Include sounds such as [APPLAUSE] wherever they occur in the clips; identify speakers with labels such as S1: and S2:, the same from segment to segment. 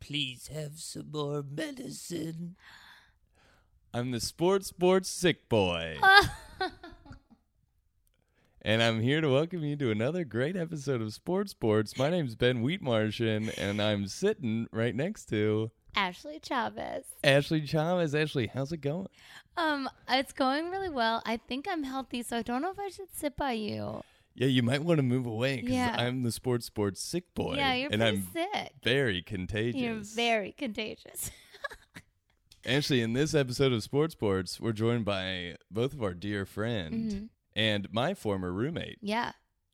S1: please have some more medicine?
S2: I'm the sports sports sick boy. and I'm here to welcome you to another great episode of Sports Sports. My name's Ben Wheatmartian, and I'm sitting right next to
S3: [LAUGHS] Ashley Chavez.
S2: Ashley Chavez. Ashley, how's it going?
S3: Um, it's going really well. I think I'm healthy, so I don't know if I should sit by you.
S2: Yeah, you might want to move away because
S3: Yeah.
S2: I'm the sports sports sick boy.
S3: yeah, you're
S2: and
S3: pretty
S2: I'm
S3: sick.
S2: very contagious.
S3: You're very contagious. [LAUGHS]
S2: Actually, in this episode of Sports Sports, we're joined by both of our dear friend and my former roommate,
S3: Mm-hmm. yeah,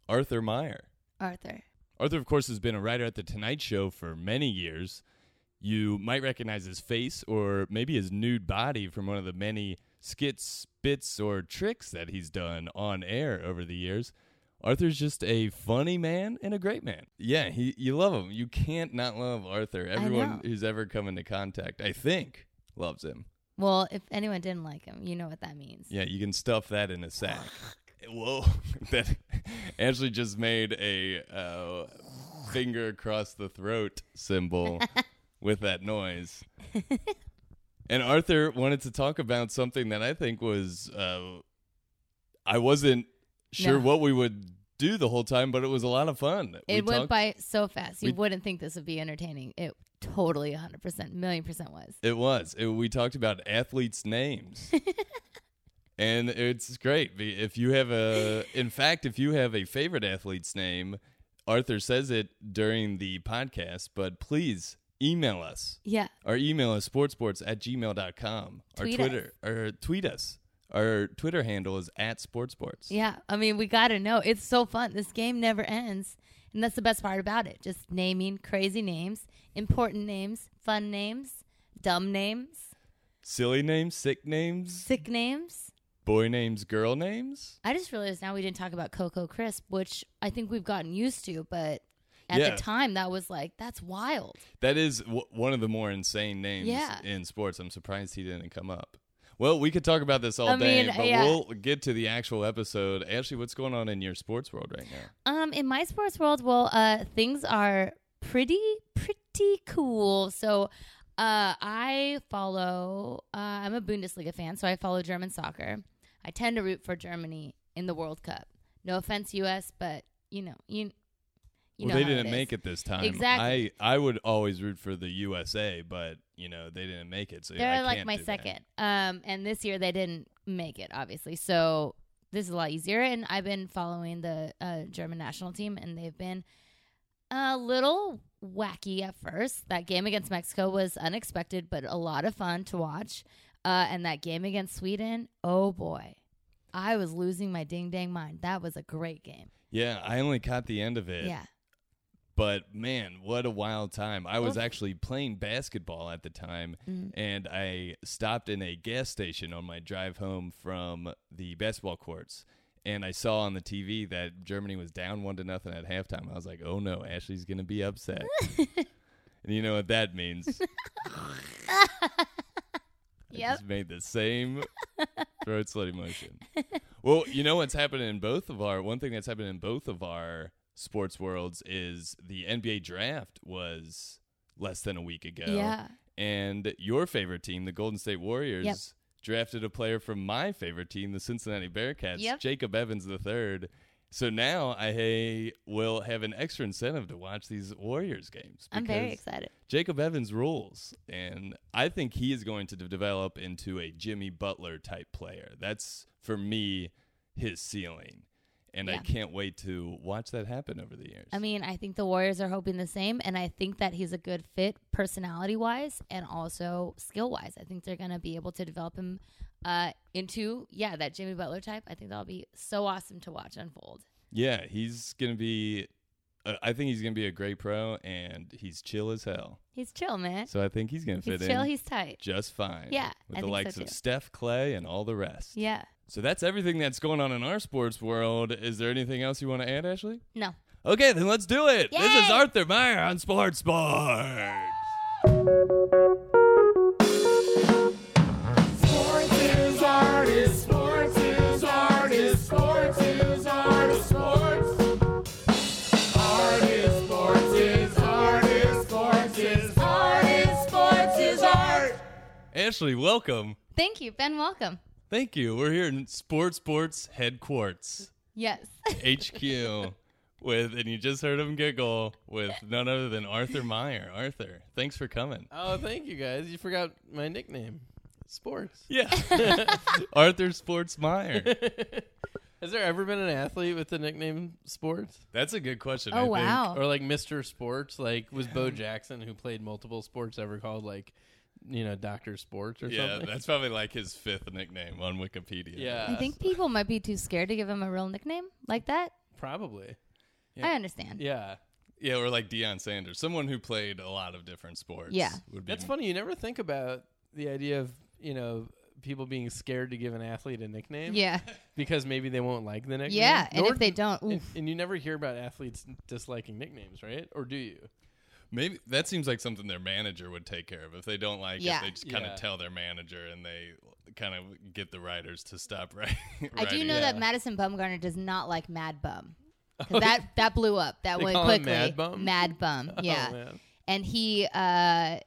S2: Arthur Meyer.
S3: Arthur.
S2: Arthur, of course, has been a writer at The Tonight Show for many years. You might recognize his face or maybe his nude body from one of the many skits, bits, or tricks that he's done on air over the years. Arthur's just a funny man and a great man. Yeah, he, you love him. You can't not love Arthur. Everyone
S3: know.
S2: who's ever come into contact, I think, loves him.
S3: Well, if anyone didn't like him, you know what that means.
S2: [LAUGHS] Yeah, you can stuff that in a sack. Whoa, [LAUGHS] that Ashley just made a uh, finger across the throat
S3: [LAUGHS]
S2: symbol with that noise. and Arthur wanted to talk about something that I think was uh, I wasn't sure
S3: No.
S2: what we would do the whole time, but it was a lot of fun. We
S3: It went
S2: talked-
S3: by so fast. You
S2: we-
S3: wouldn't think this would be entertaining. It totally 100%, million percent was.
S2: It was. It- we talked about athletes'
S3: [LAUGHS]
S2: names. and it's great. Be- If you have a, in fact, if you have a favorite athlete's name, Arthur says it during the podcast, but please email us.
S3: Yeah.
S2: Our email is sportsports at gmail.com. Our
S3: Tweet us.
S2: Twitter, or tweet us. Our Twitter handle is at sportsports.
S3: Yeah, I mean, we got to know. It's so fun. This game never ends. And that's the best part about it. Just naming crazy names, important names, fun names, dumb names,
S2: Silly names, sick names,
S3: sick names.
S2: boy names, girl names.
S3: I just realized now we didn't talk about Coco Crisp, which I think we've gotten used to, but at
S2: Yeah.
S3: the time that was like, that's wild.
S2: That is w- one of the more insane names
S3: Yeah.
S2: in sports. I'm surprised he didn't come up. Well, we could talk about this all
S3: I
S2: day,
S3: mean,
S2: but
S3: yeah.
S2: we'll get to the actual episode. Ashley, what's going on in your sports world right now?
S3: Um, in my sports world, well, uh, things are pretty pretty cool. So, uh, I follow. Uh, I'm a Bundesliga fan, so I follow German soccer. I tend to root for Germany in the World Cup. No offense, U.S., but you know, you, you know,
S2: well, they
S3: how
S2: didn't
S3: is.
S2: make it this time.
S3: Exactly.
S2: I, I would always root for the USA, but you know they didn't make it, so
S3: They're
S2: I
S3: like
S2: can't
S3: my
S2: do that.
S3: second. Um, and this year they didn't make it, obviously. So this is a lot easier. And I've been following the uh, German national team, and they've been a little wacky at first. That game against Mexico was unexpected, but a lot of fun to watch. Uh, and that game against Sweden, oh boy, I was losing my ding dang mind. That was a great game.
S2: Yeah, I only caught the end of it.
S3: yeah.
S2: But man, what a wild time. I was
S3: Oof. Mm.
S2: actually playing basketball at the time and I stopped in a gas station on my drive home from the basketball courts. And I saw on the TV that Germany was down one to nothing at halftime. I was like, oh no, Ashley's going to be
S3: [LAUGHS]
S2: upset. and you know what that means. I
S3: Yep.
S2: just made the
S3: [LAUGHS]
S2: same throat slitting motion. Well, you know what's happening in both of our one thing that's happened in both of our sports worlds is the NBA draft was less than a week ago.
S3: Yeah.
S2: And your favorite team, the Golden State Warriors, drafted a player from my favorite team, the Cincinnati Bearcats,
S3: Yep.
S2: Jacob Evans III. So now I hey, will have an extra incentive to watch these Warriors games.
S3: I'm very
S2: because
S3: excited.
S2: Jacob Evans rules, and I think he is going to de- develop into a Jimmy Butler type player. That's for me his ceiling, and I
S3: Yeah.
S2: can't wait to watch that happen over the years.
S3: I mean, I think the Warriors are hoping the same, and I think that he's a good fit personality wise and also skill wise. I think they're going to be able to develop him uh, into, yeah, that Jimmy Butler type. I think that'll be so awesome to watch unfold.
S2: yeah, he's gonna be. Uh, I think he's gonna be a great pro, and he's chill as hell.
S3: He's chill, man.
S2: So I think he's gonna fit
S3: He's chill,
S2: in
S3: he's tight.
S2: just fine.
S3: Yeah,
S2: with
S3: I
S2: the
S3: think so
S2: likes of
S3: too.
S2: Steph Clay and all the rest.
S3: Yeah.
S2: So that's everything that's going on in our sports world. Is there anything else you want to add, Ashley?
S3: No.
S2: Okay, then let's do it. This is
S3: Yay!
S2: Arthur Meyer on Sports Sports.
S4: Sports is artist, sports is artist, sports is artist, sports. Artist, sports is artist, sports is artist.
S2: Ashley, welcome.
S3: Thank you, Ben. Welcome.
S2: Thank you. We're here in Sports Sports Headquarters
S3: Yes.
S2: HQ with, and you just heard him giggle with none other than Arthur Meyer. Arthur, thanks for coming.
S4: Oh, thank you guys. You forgot my nickname. Sports.
S2: Yeah, [LAUGHS] Arthur Sports Meyer.
S4: Has there ever been an athlete with the nickname Sports?
S2: That's a good question. I
S3: [LAUGHS] Oh
S2: think.
S3: wow.
S4: Or like Mr. Sports? Like was Bo Jackson who played multiple sports ever called like you know, Doctor Sports or
S2: Yeah,
S4: something?
S2: that's probably like his fifth nickname on Wikipedia.
S4: [LAUGHS] yeah.
S3: I think people might be too scared to give him a real nickname like that.
S4: probably.
S3: I understand.
S4: Yeah.
S2: yeah, or like Deion Sanders, someone who played a lot of different sports.
S3: Yeah.
S2: would be
S4: That's funny. You never think about the idea of, you know, people being scared to give an athlete a nickname
S3: Yeah.
S4: because maybe they won't like the nickname.
S3: Yeah. And
S4: Nor-
S3: if they don't, oof.
S4: and, and you never hear about athletes disliking nicknames, right? Or do you?
S2: Maybe that seems like something their manager would take care of. If they don't like
S3: Yeah.
S2: it, they just kind of
S4: Yeah.
S2: tell their manager and they kind of get the writers to stop [LAUGHS] writing.
S3: I do
S2: writing
S3: know
S2: it.
S3: that
S4: Yeah.
S3: Madison Bumgarner does not like Mad
S4: [LAUGHS]
S3: Bum. 'Cause that that blew up that
S4: They
S3: way
S4: call him
S3: quickly.
S4: Mad Bum?
S3: Mad Bum, yeah.
S4: [LAUGHS] Oh, man.
S3: and he uh,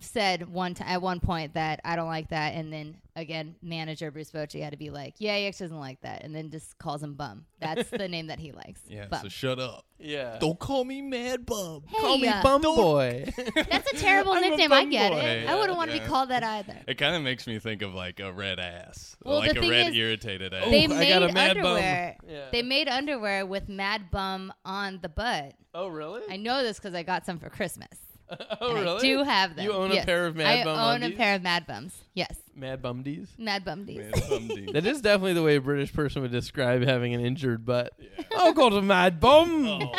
S3: said one t- at one point that I don't like that, and then again, manager Bruce Bochy had to be like, "Yeah, he actually doesn't like that," and then just calls him Bum. That's the name that he
S4: [LAUGHS]
S3: likes.
S2: Yeah,
S3: Bum.
S2: so shut up.
S4: Yeah.
S2: Don't call me Mad Bub.
S3: Hey,
S4: Call me
S3: uh,
S4: Bum Boy.
S3: That's a terrible
S4: I'm a
S3: nickname. I
S4: bum
S3: get
S4: boy.
S3: it.
S2: Yeah,
S3: I wouldn't want to
S2: yeah.
S3: be called that
S4: [LAUGHS]
S3: either.
S2: It kind of makes me think of like a red ass,
S3: Well,
S2: like
S3: the
S2: a
S3: thing
S2: red
S3: is,
S2: irritated ass.
S3: They
S4: I
S3: made
S4: got a Mad Bum.
S3: underwear.
S4: Yeah.
S3: They made underwear with Mad Bum on the butt.
S4: [LAUGHS] oh, really?
S3: I know this because I got some for Christmas.
S4: oh,
S3: And
S4: really?
S3: I do have them.
S4: You own a
S3: Yes.
S4: pair of Mad
S3: I
S4: Bum
S3: own
S4: undies?
S3: a pair of Mad Bums. Yes,
S4: Mad
S3: [LAUGHS]
S4: Bumdies.
S3: Mad Bumdies.
S2: Mad Bum D.
S4: That is definitely the way a British person would describe having an injured butt. Oh, got a Mad [LAUGHS] Bum.
S2: Oh,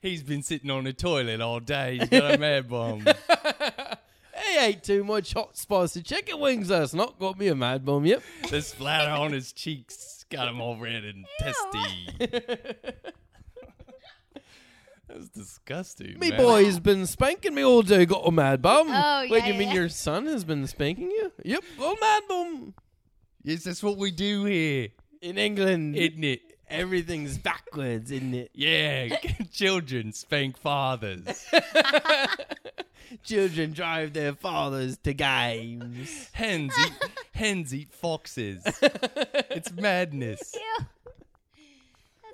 S2: he's been sitting on the toilet all day. He's [LAUGHS] got a Mad Bum.
S4: He ate too much hot spicy chicken wings last night. Got me a Mad Bum, yep.
S2: the splatter on his cheeks got him all red and testy. [LAUGHS] That's disgusting.
S4: Me
S2: man.
S4: boy's been spanking me all day. Got a Mad Bum.
S3: Oh,
S4: Wait,
S3: yeah,
S4: you mean
S3: yeah.
S4: your son has been spanking you? Yep, got a Mad Bum.
S2: Yes, that's what we do here,
S4: In England,
S2: isn't it?
S4: everything's backwards, isn't [LAUGHS] it?
S2: Yeah, [LAUGHS] children spank fathers.
S4: Children drive their fathers to games.
S2: Hens eat, hens eat foxes. It's madness.
S3: Ew.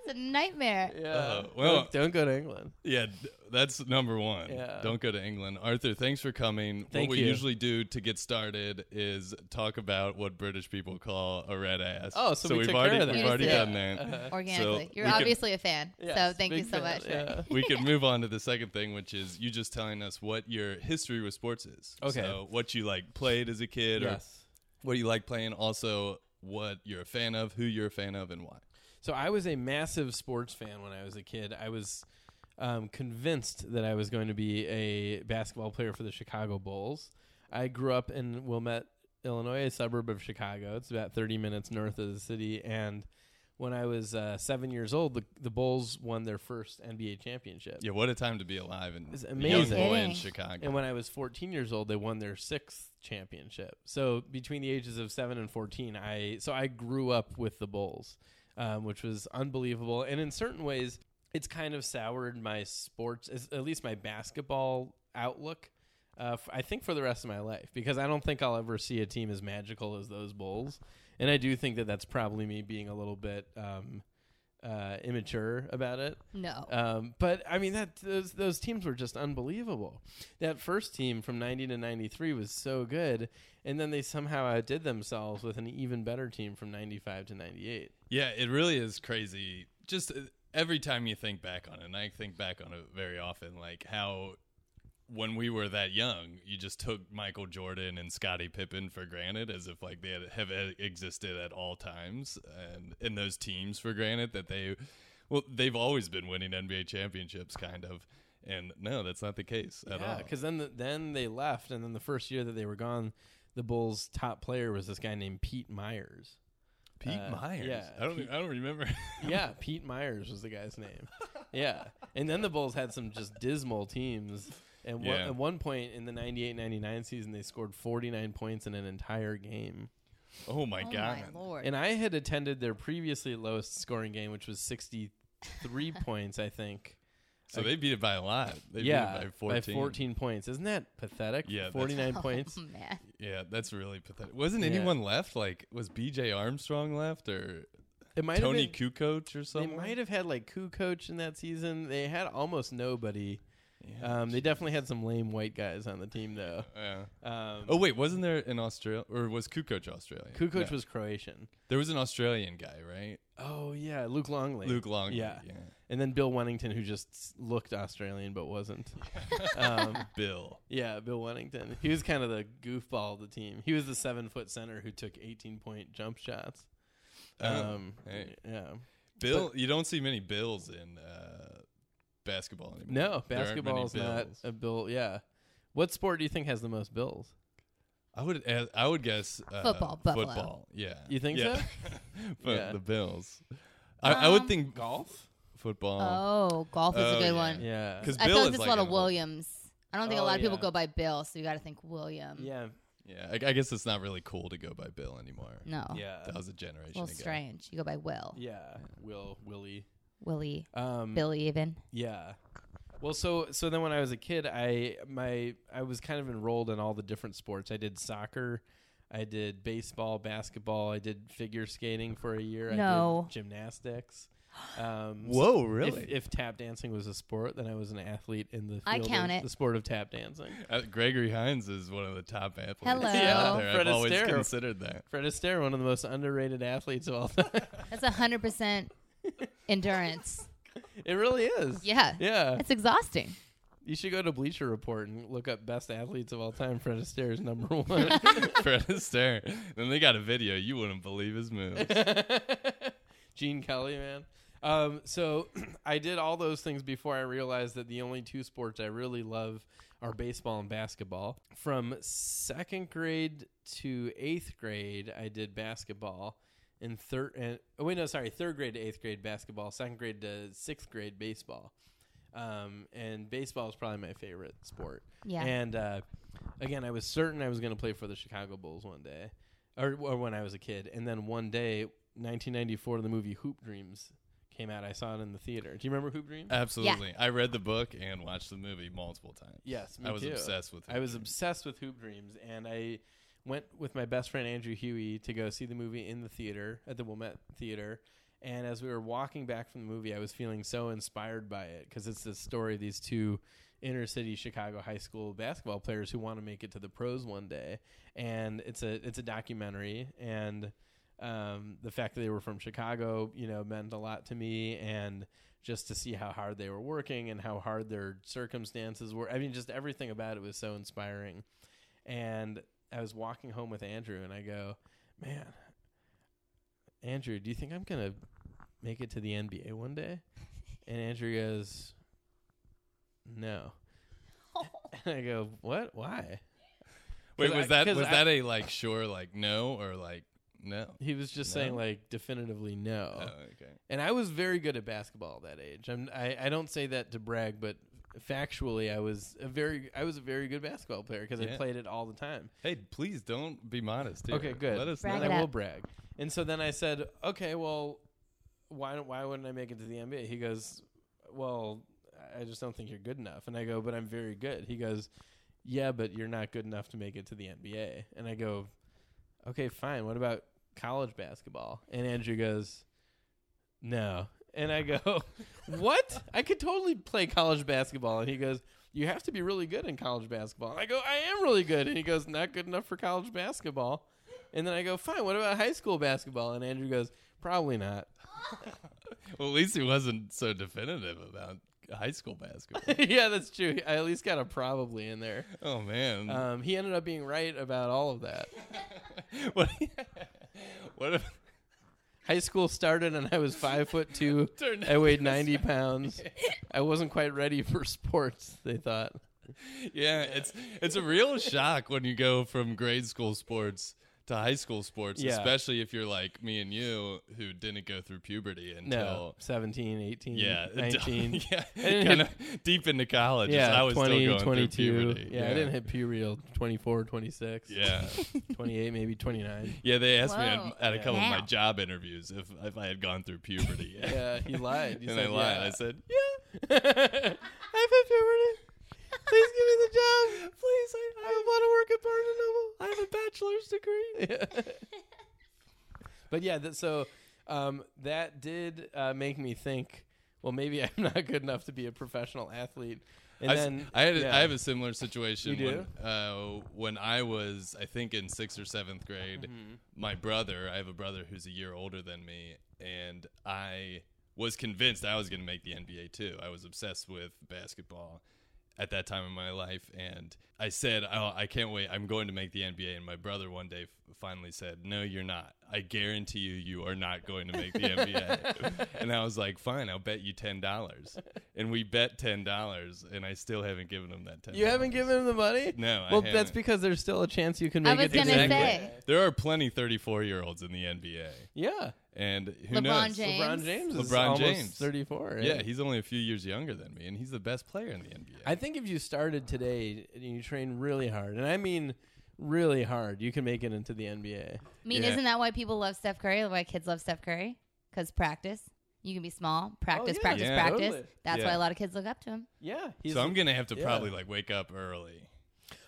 S3: That's a nightmare.
S4: Yeah.
S2: Oh, well-
S4: Don't- don't go to England.
S2: Yeah, d- that's number one.
S4: Yeah.
S2: Don't go to England. Arthur, thanks for coming.
S4: Thank
S2: what we
S4: you.
S2: usually do to get started is talk about what British people call a red ass.
S4: Oh, so we
S2: we've
S4: took
S2: already
S4: care of that. Uh-huh.
S2: we've
S3: You
S2: already
S3: did.
S2: done that.
S3: Organically,
S2: So
S3: you're
S2: we could-
S3: obviously a fan.
S4: Yes,
S3: so thank you
S4: big
S3: so
S4: fan,
S3: much. for-
S4: yeah.
S2: we can move on to the second thing, which is you just telling us what your history with sports is.
S4: Okay.
S2: So what you like played as a kid,
S4: Yes.
S2: or what you like playing, also what you're a fan of, who you're a fan of, and why.
S4: So I was a massive sports fan when I was a kid. I was um, convinced that I was going to be a basketball player for the Chicago Bulls. I grew up in Wilmette, Illinois, a suburb of Chicago. It's about 30 minutes north of the city. And when I was uh, seven years old, the, the Bulls won their first NBA championship.
S2: Yeah, what a time to be alive and
S4: It's
S2: a
S4: amazing.
S2: young boy in
S3: Kidding.
S2: Chicago.
S4: And when I was 14 years old, they won their sixth championship. So between the ages of seven and 14, I so I grew up with the Bulls, um, which was unbelievable. And in certain ways, it's kind of soured my sports, as- at least my basketball outlook. Uh, f- I think for the rest of my life, because I don't think I'll ever see a team as magical as those Bulls. And I do think that that's probably me being a little bit um, uh, immature about it.
S3: No.
S2: Oh
S4: Um, but I mean that those those teams were just unbelievable. That first team from ninety to ninety three was so good, and then they somehow outdid themselves with an even better team from ninety five to ninety eight.
S2: Yeah, it really is crazy. Just uh, every time you think back on it, and I think back on it very often, like how when we were that young, you just took Michael Jordan and Scottie Pippen for granted as if like they had, have uh, existed at all times, and and those teams for granted that they, well, they've always been winning NBA championships, kind of. And no, that's not the case at all.
S4: because then the, then they left, and then the first year that they were gone, the Bulls' top player was this guy named Pete Myers.
S2: Pete
S4: uh,
S2: Myers,
S4: yeah,
S2: I don't,
S4: Pete-
S2: I don't remember. [LAUGHS]
S4: yeah, Pete Myers was the guy's name. Yeah. And then the Bulls had some just dismal teams. And one,
S2: Yeah.
S4: at one point in the 98-99 season, they scored 49 points in an entire game.
S2: oh my
S3: oh
S2: god!
S3: my lord.
S4: And I had [LAUGHS] attended their previously lowest scoring game, which was 63 points, I think.
S2: So they beat it by a lot. They
S4: yeah,
S2: beat it by 14.
S4: points. Isn't that pathetic?
S2: Yeah, that's-
S3: [LAUGHS]
S4: [LAUGHS] 49 points.
S3: Oh, man.
S2: Yeah, that's really pathetic. Wasn't
S4: Yeah.
S2: anyone left? Like, was B.J. Armstrong left or
S4: It might
S2: Tony
S4: have been,
S2: Kukoc or
S4: they
S2: something?
S4: might have had like Ku coach in that season. They had almost nobody.
S2: Yeah.
S4: Um, they definitely had some lame white guys on the team though.
S2: Yeah.
S4: Um,
S2: Oh wait, wasn't there an Australia or was Kukoc Australian?
S4: Ku coach
S2: No.
S4: was Croatian.
S2: There was an Australian guy, right?
S4: Oh yeah, Luke Longley.
S2: Luke Long.
S4: Yeah. and then Bill Wennington, who just s- looked Australian
S2: [LAUGHS]
S4: but wasn't. um,
S2: Bill.
S4: yeah, Bill Wennington. He was kind of the goofball of the team. He was the seven foot center who took eighteen point jump shots.
S2: Oh,
S4: [LAUGHS] Um,
S2: hey.
S4: yeah.
S2: Bill. you don't see many Bills in uh, basketball anymore.
S4: No,
S2: There aren't many
S4: basketball's not
S2: Bills.
S4: a bill. Yeah. What sport do you think has the most bills?
S2: I would. a- I would guess uh,
S3: Football, Buffalo.
S2: Football. Yeah.
S4: You think
S2: yeah.
S4: so?
S2: [LAUGHS] but
S4: Yeah.
S2: the Bills. I, I would
S3: Um,
S2: think golf. Football.
S3: Oh, golf is
S2: Oh,
S3: a good
S2: yeah.
S3: one.
S4: Yeah.
S2: Because
S3: I
S2: Bill
S3: feel like
S2: is like
S3: there's a lot
S2: an old-
S3: of Williams. I don't think
S4: Oh,
S3: a lot of people
S4: yeah.
S3: go by Bill, so you got to think William.
S4: Yeah.
S2: Yeah. I, I guess it's not really cool to go by Bill anymore.
S3: No.
S4: Yeah.
S2: That was a
S3: A
S2: generation
S3: little
S2: ago.
S3: strange. You go by Will,
S4: Yeah. Will Willie.
S3: Willie,
S4: Um
S3: Billy, even.
S4: Yeah. Well, so so then when I was a kid, I my I was kind of enrolled in all the different sports. I did soccer, I did baseball, basketball, I did figure skating for a year. I
S3: No.
S4: did
S3: [GASPS]
S4: gymnastics. Um, so
S2: Whoa,
S4: if-
S2: really?
S4: If, tap dancing was a sport, then I was an athlete in the field
S3: I count
S4: of,
S3: it.
S4: the sport of tap dancing.
S2: Uh, Gregory Hines is one of the top athletes.
S3: Hello.
S2: out there. I've
S4: Fred
S2: always
S4: Astaire.
S2: considered
S4: [LAUGHS]
S2: that.
S4: Fred Astaire, one of the most underrated
S3: [LAUGHS]
S4: athletes of all time.
S3: That's a hundred percent endurance.
S4: [LAUGHS] it really is.
S3: Yeah.
S4: Yeah.
S3: It's exhausting.
S4: You should go to Bleacher Report and look up best athletes of all time. Fred Astaire
S3: [LAUGHS]
S4: is number one.
S2: Fred Astaire. Then they got a video. You wouldn't believe his
S4: [LAUGHS]
S2: moves.
S4: Gene Kelly, man. Um, so [CLEARS THROAT] I did all those things before I realized that the only two sports I really love are baseball and basketball. From second grade to eighth grade, I did basketball. And third, and oh wait, no, sorry, third grade to eighth grade basketball, second grade to sixth grade baseball. Um, and baseball is probably my favorite sport.
S3: Yeah.
S4: And uh, again, I was certain I was going to play for the Chicago Bulls one day, or, or when I was a kid. And then one day, 1994, the movie Hoop Dreams came out. I saw it in the theater. Do you remember Hoop Dreams?
S2: Absolutely. I read the book and watched the movie multiple times.
S4: yes, me
S2: I was
S4: too.
S2: obsessed with it.
S4: I was obsessed with Hoop Dreams, and I went with my best friend Andrew Huey to go see the movie in the theater at the Wilmette Theater. And as we were walking back from the movie, I was feeling so inspired by it because it's the story of these two inner city Chicago high school basketball players who want to make it to the pros one day. And it's a it's a documentary, and um, the fact that they were from Chicago, you know, meant a lot to me. And just to see how hard they were working and how hard their circumstances were. I mean, just everything about it was so inspiring. And I was walking home with Andrew and I go, Man, Andrew, do you think I'm going to make it to the NBA one day? And Andrew goes, No. [LAUGHS] And I go, What? Why?
S2: Wait,
S4: 'Cause
S2: was
S4: I-
S2: that
S4: 'cause
S2: was
S4: I-
S2: that a like sure like no or like no?
S4: He was just
S2: No?
S4: saying, like, definitively no.
S2: Oh, okay.
S4: And I was very good at basketball at that age. I'm, I I don't say that to brag, but factually, I was a very I was a very good basketball player because I
S2: Yeah.
S4: played it all the time.
S2: Hey, please don't be modest. Here.
S4: Okay, good.
S2: Let us
S3: Brag
S4: and
S2: know.
S3: it
S4: I
S3: up.
S4: will brag. And so then I said, okay, well, why don't, why wouldn't I make it to the NBA? He goes, well, I just don't think you're good enough. And I go, but I'm very good. He goes, yeah, but you're not good enough to make it to the NBA. And I go, okay, fine. What about college basketball? And Andrew goes, no. And I go, [LAUGHS] what? I could totally play college basketball. And he goes, you have to be really good in college basketball. And I go, I am really good. And he goes, not good enough for college basketball. And then I go, fine, what about high school basketball? And Andrew goes, probably not. [LAUGHS]
S2: Well, at least he wasn't so definitive about high school basketball.
S4: yeah, that's true. I at least got a probably in there.
S2: oh man.
S4: Um, he ended up being right about all of that.
S2: [LAUGHS] what, what if
S4: High school started and I was five foot two.
S2: [LAUGHS] turned
S4: I weighed
S2: [LAUGHS]
S4: 90 pounds. I wasn't quite ready for sports, they thought.
S2: Yeah, it's it's a real shock when you go from grade school sports to high school sports,
S4: Yeah.
S2: especially if you're like me and you who didn't go through puberty until
S4: No, 17, 18,
S2: yeah, [LAUGHS] until-
S4: 19. [LAUGHS]
S2: yeah,
S4: didn't
S2: kind of deep into college. as
S4: Yeah,
S2: I was
S4: 20,
S2: still going
S4: 22.
S2: through puberty.
S4: yeah, I didn't hit P real 24,
S2: [LAUGHS]
S4: 26,
S2: Yeah,
S4: 28, maybe 29.
S2: yeah. They asked me
S3: Whoa.
S2: at, at a couple of my
S3: Wow.
S2: job interviews if if I had gone through puberty.
S4: [LAUGHS]
S2: [LAUGHS]
S4: Yeah, he lied. You
S2: and
S4: said,
S2: I lied.
S4: yeah.
S2: I said, yeah,
S4: I have puberty. Please give me the job. [LAUGHS] Please, I, I want to work at Barnes Noble. I have a bachelor's degree. [LAUGHS] but yeah, that, so um, that did uh, make me think. Well, maybe [LAUGHS] I'm not good enough to be a professional athlete. And
S2: I, s-
S4: then
S2: I had a I
S4: yeah.
S2: have a similar situation
S4: You
S2: when uh, when I was I think in sixth or seventh grade.
S4: Mm-hmm.
S2: My brother, I have a brother who's a year older than me, and I was convinced I was going to make the NBA too. I was obsessed with basketball at that time in my life, and I said, oh, "I can't wait! I'm going to make the NBA." And my brother one day f- finally said, "No, you're not. I guarantee you, you are not going to make the NBA."
S4: [LAUGHS]
S2: and I was like, "Fine, I'll bet you ten dollars." And we bet ten dollars, and I still haven't given him that ten.
S4: you haven't given him the money.
S2: No, I
S4: Well, that's
S2: haven't.
S4: because there's still a chance you can
S3: I
S4: make
S3: was
S4: it. to
S3: gonna
S4: the
S2: Exactly.
S4: NBA.
S3: say.
S2: There are plenty 34 year olds in the NBA,
S4: Yeah,
S2: and who
S3: LeBron
S2: knows?
S3: James.
S4: LeBron James is
S2: LeBron
S4: almost
S2: James.
S4: 34.
S2: Yeah, he's only a few years younger than me, and he's the best player in the NBA.
S4: I think if you started today and you train really hard, and I mean really hard, you can make it into the NBA.
S3: I mean,
S2: Yeah.
S3: isn't that why people love Steph Curry? Why kids love Steph Curry? Because practice. You can be small, practice,
S4: Oh, yeah.
S3: practice,
S2: Yeah.
S3: practice.
S4: Totally.
S3: That's
S2: Yeah.
S3: why a lot of kids look up to him.
S4: Yeah, he's
S2: so I'm gonna have to
S4: yeah.
S2: probably like wake up early.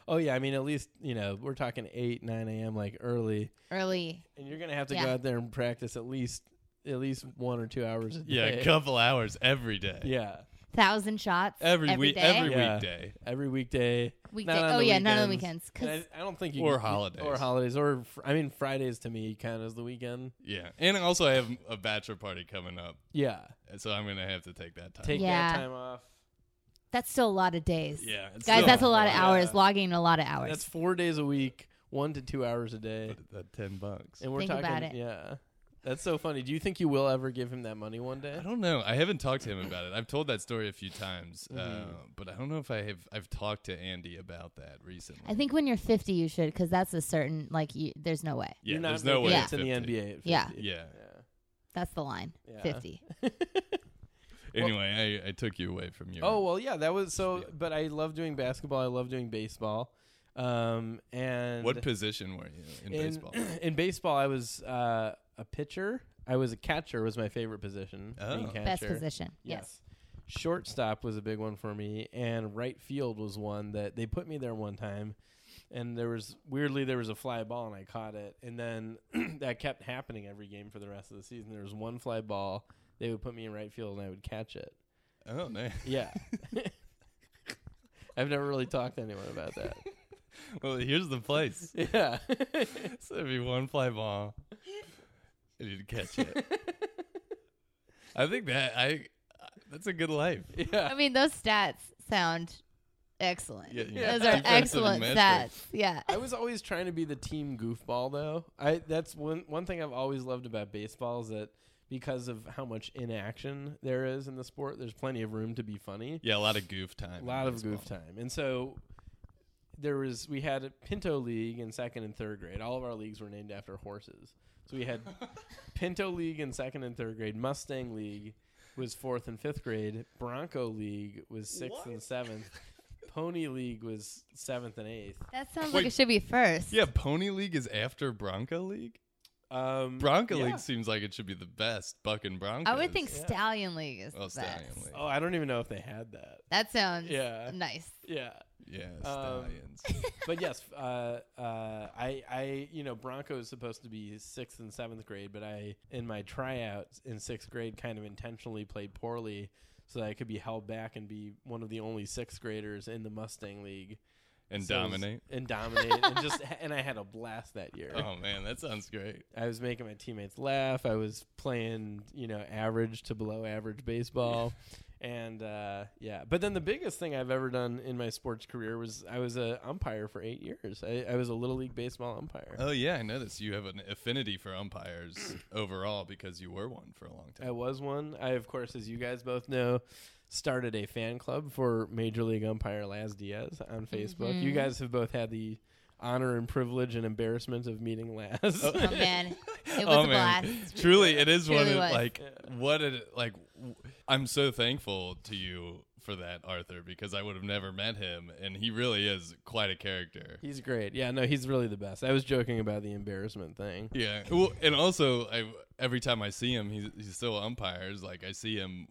S4: Oh yeah, I mean at least you know we're talking eight nine a.m. like early,
S3: Early.
S4: and you're gonna have to go
S3: Yeah.
S4: out there and practice at least at least one or two hours a
S2: Yeah,
S4: day.
S2: a couple hours every day.
S4: yeah,
S3: Thousand shots.
S2: every, week,
S3: day.
S2: every
S4: Yeah.
S2: weekday.
S4: every weekday.
S3: Weekday.
S4: Not on
S3: oh,
S4: the
S3: yeah, none of the
S4: weekends.
S3: weekends.
S4: And
S3: 'cause-
S4: I, I don't think you
S2: Or
S4: you-
S2: holidays.
S4: or holidays or fr- I mean Fridays to me count as the weekend.
S2: Yeah, and also I have a bachelor party coming up,
S4: Yeah,
S2: so I'm gonna have to take that time.
S4: take
S3: Yeah.
S4: that time off.
S3: that's still a lot of days.
S2: yeah, it's
S3: Guys,
S2: still-
S3: that's a lot of
S4: Yeah.
S3: hours. Logging a lot of hours.
S4: That's four days a week, one to two hours a day.
S2: But that ten bucks.
S4: And we're
S3: Think
S4: talking,
S3: about it.
S4: yeah. That's so funny. Do you think you will ever give him that money one day?
S2: I don't know. I haven't talked to him about it. I've told that story a few times, uh,
S4: Mm-hmm.
S2: but I don't know if I have. I've talked to Andy about that recently.
S3: I think when you're 50, you should, because that's a certain, like, you, there's no way.
S2: yeah,
S4: You're not
S2: there's no way
S4: making
S2: it's
S4: it to the
S2: 50.
S4: NBA. At 50.
S3: Yeah.
S2: Yeah.
S3: That's the line.
S4: Yeah. [LAUGHS]
S3: 50.
S2: Anyway, I, I took you away from your.
S4: Oh well, yeah. That was so.
S2: Yeah.
S4: But I love doing basketball. I love doing baseball. Um, and
S2: what position were you in, baseball?
S4: [CLEARS THROAT] in baseball, I was uh, a pitcher. I was a catcher. Was my favorite position.
S2: Oh.
S4: being
S3: Best
S4: catcher.
S3: position. Yes.
S4: Shortstop was a big one for me, and right field was one that they put me there one time, and there was weirdly there was a fly ball and I caught it, and then [CLEARS THROAT] that kept happening every game for the rest of the season. There was one fly ball they would put me in right field and I would catch it.
S2: Oh no.
S4: Yeah, [LAUGHS] I've never really talked to anyone about that.
S2: [LAUGHS] Well, here's the place.
S4: [LAUGHS] Yeah,
S2: So it'd be one fly ball, and you'd catch it. I think that I. That's a good life.
S4: [LAUGHS] yeah.
S3: I mean, those stats sound excellent.
S2: Yeah, yeah.
S3: Those are
S2: Defensive
S3: excellent
S2: metrics.
S3: stats. Yeah.
S4: [LAUGHS] I was always trying to be the team goofball though. I that's one one thing I've always loved about baseball is that because of how much inaction there is in the sport, there's plenty of room to be funny.
S2: Yeah, a lot of goof time.
S4: A
S2: in
S4: lot of
S2: baseball.
S4: goof time. And so there was we had a Pinto League in second and third grade. All of our leagues were named after horses. So
S2: [LAUGHS]
S4: we had Pinto League in second and third grade, Mustang League was fourth and fifth grade, Bronco League was sixth and seventh, Pony League was seventh and eighth.
S3: That sounds
S2: Wait.
S3: like it should be first.
S2: Yeah, Pony League is after Bronco League.
S4: Um,
S2: Bronco
S4: yeah.
S2: League seems like it should be the best. Buck and Bronco.
S3: I would think
S4: Yeah.
S3: Stallion League is
S2: Well,
S3: the best.
S2: Stallion League.
S4: Oh, I don't even know if they had that.
S3: That sounds
S4: Yeah.
S3: nice.
S4: Yeah.
S2: Yeah,
S4: Um,
S2: Stallions.
S4: [LAUGHS] But yes, uh, uh, I, I, you know, Bronco is supposed to be sixth and seventh grade, but I, in my tryouts in sixth grade, kind of intentionally played poorly so that I could be held back and be one of the only sixth graders in the Mustang League.
S2: and
S4: So it was-
S2: dominate.
S4: And dominate. and just, [LAUGHS] and I had a blast that year.
S2: Oh man, that sounds great.
S4: I was making my teammates laugh. I was playing, you know, average to below
S2: [LAUGHS]
S4: average baseball. and uh, yeah, but then the biggest thing I've ever done in my sports career was I was a umpire for eight years. I, I was a little league baseball umpire.
S2: Oh yeah, I noticed you have an affinity for umpires overall because you were one for a long
S4: I
S2: time.
S4: was one. I, of course, as you guys both know, started a fan club for Major League umpire Laz Diaz on Facebook. You guys have both had the honor and privilege and embarrassment of meeting Laz.
S3: Oh, man. It was
S2: oh
S3: a
S2: man,
S3: blast.
S2: truly, it is one
S3: Truly
S2: of
S3: was.
S2: like what it like. w- I'm so thankful to you for that, Arthur, because I would have never met him, and he really is quite a character.
S4: [LAUGHS] He's great. Yeah, no, he's really the best. I was joking about the embarrassment thing.
S2: Yeah, well, and also I every time I see him, he's he's still umpires. Like I see him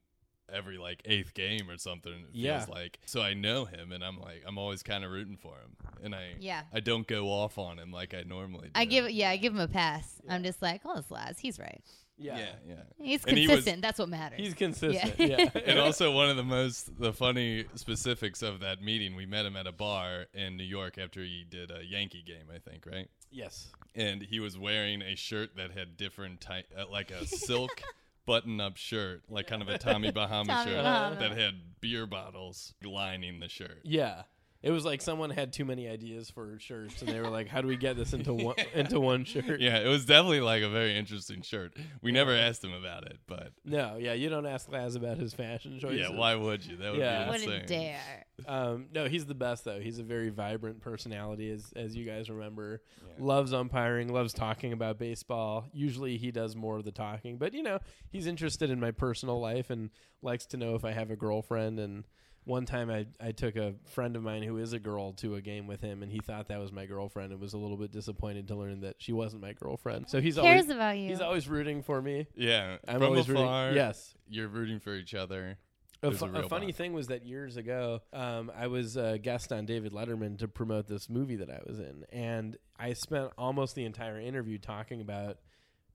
S2: every like eighth game or something. It
S4: Yeah.
S2: feels like so I know him, and I'm like I'm always kind of rooting for him, and I
S3: Yeah.
S2: I don't go off on him like I normally. Do.
S3: I give yeah, I give him a pass. I'm just like, oh, it's Laz. He's right.
S4: Yeah.
S2: yeah yeah.
S3: He's
S2: And he was-
S3: consistent. That's what matters.
S4: He's consistent.
S3: Yeah.
S4: Yeah.
S2: and also one of the most the funny specifics of that meeting we met him at a bar in new york after he did a yankee game i think right
S4: yes.
S2: and he was wearing a shirt that had different type uh, like a
S3: [LAUGHS]
S2: silk button-up shirt like kind of a tommy bahama
S3: Tommy
S2: shirt
S3: Bahama.
S2: that had beer bottles lining the shirt
S4: Yeah. It was like someone had too many ideas for shirts, and they were like, "How do we get this
S2: [LAUGHS]
S4: into one into one shirt?"
S2: yeah it was definitely like a very interesting shirt we never asked him about it but
S4: No, yeah, you don't ask Laz about his fashion choices.
S2: yeah why would you that would
S4: Yeah.
S2: be
S3: Wouldn't
S2: insane
S3: dare.
S4: Um, no, he's the best though. He's a very vibrant personality, as as you guys remember. Loves umpiring, loves talking about baseball. Usually, he does more of the talking, but you know, he's interested in my personal life and likes to know if I have a girlfriend. And one time, I I took a friend of mine who is a girl to a game with him, and he thought that was my girlfriend, and was a little bit disappointed to learn that she wasn't my girlfriend. So he's
S3: Cares
S4: always
S3: about you.
S4: he's always rooting for me.
S2: yeah
S4: I'm
S2: from
S4: always
S2: afar
S4: rooting. Yes,
S2: you're rooting for each other
S4: a,
S2: There's
S4: fu-
S2: a
S4: a
S2: real
S4: funny
S2: bond.
S4: thing was that years ago, um, I was a guest on David Letterman to promote this movie that I was in, and I spent almost the entire interview talking about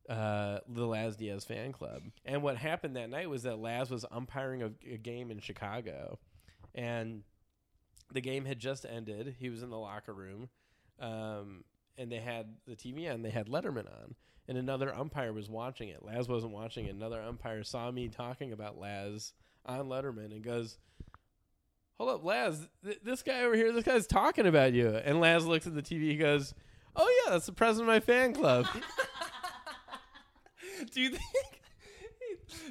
S4: uh, the Laz Diaz fan club. And what happened that night was that Laz was umpiring a, a game in Chicago, and the game had just ended. He was in the locker room, um, and they had the TV on. They had Letterman on, and another umpire was watching it. Laz wasn't watching it. Another umpire saw me talking about Laz on Letterman and goes, "Hold up, Laz! Th- this guy over here, this guy's talking about you." And Laz looks at the TV. He goes, "Oh yeah, that's the president of my fan [LAUGHS] club."
S2: [LAUGHS] Do you think?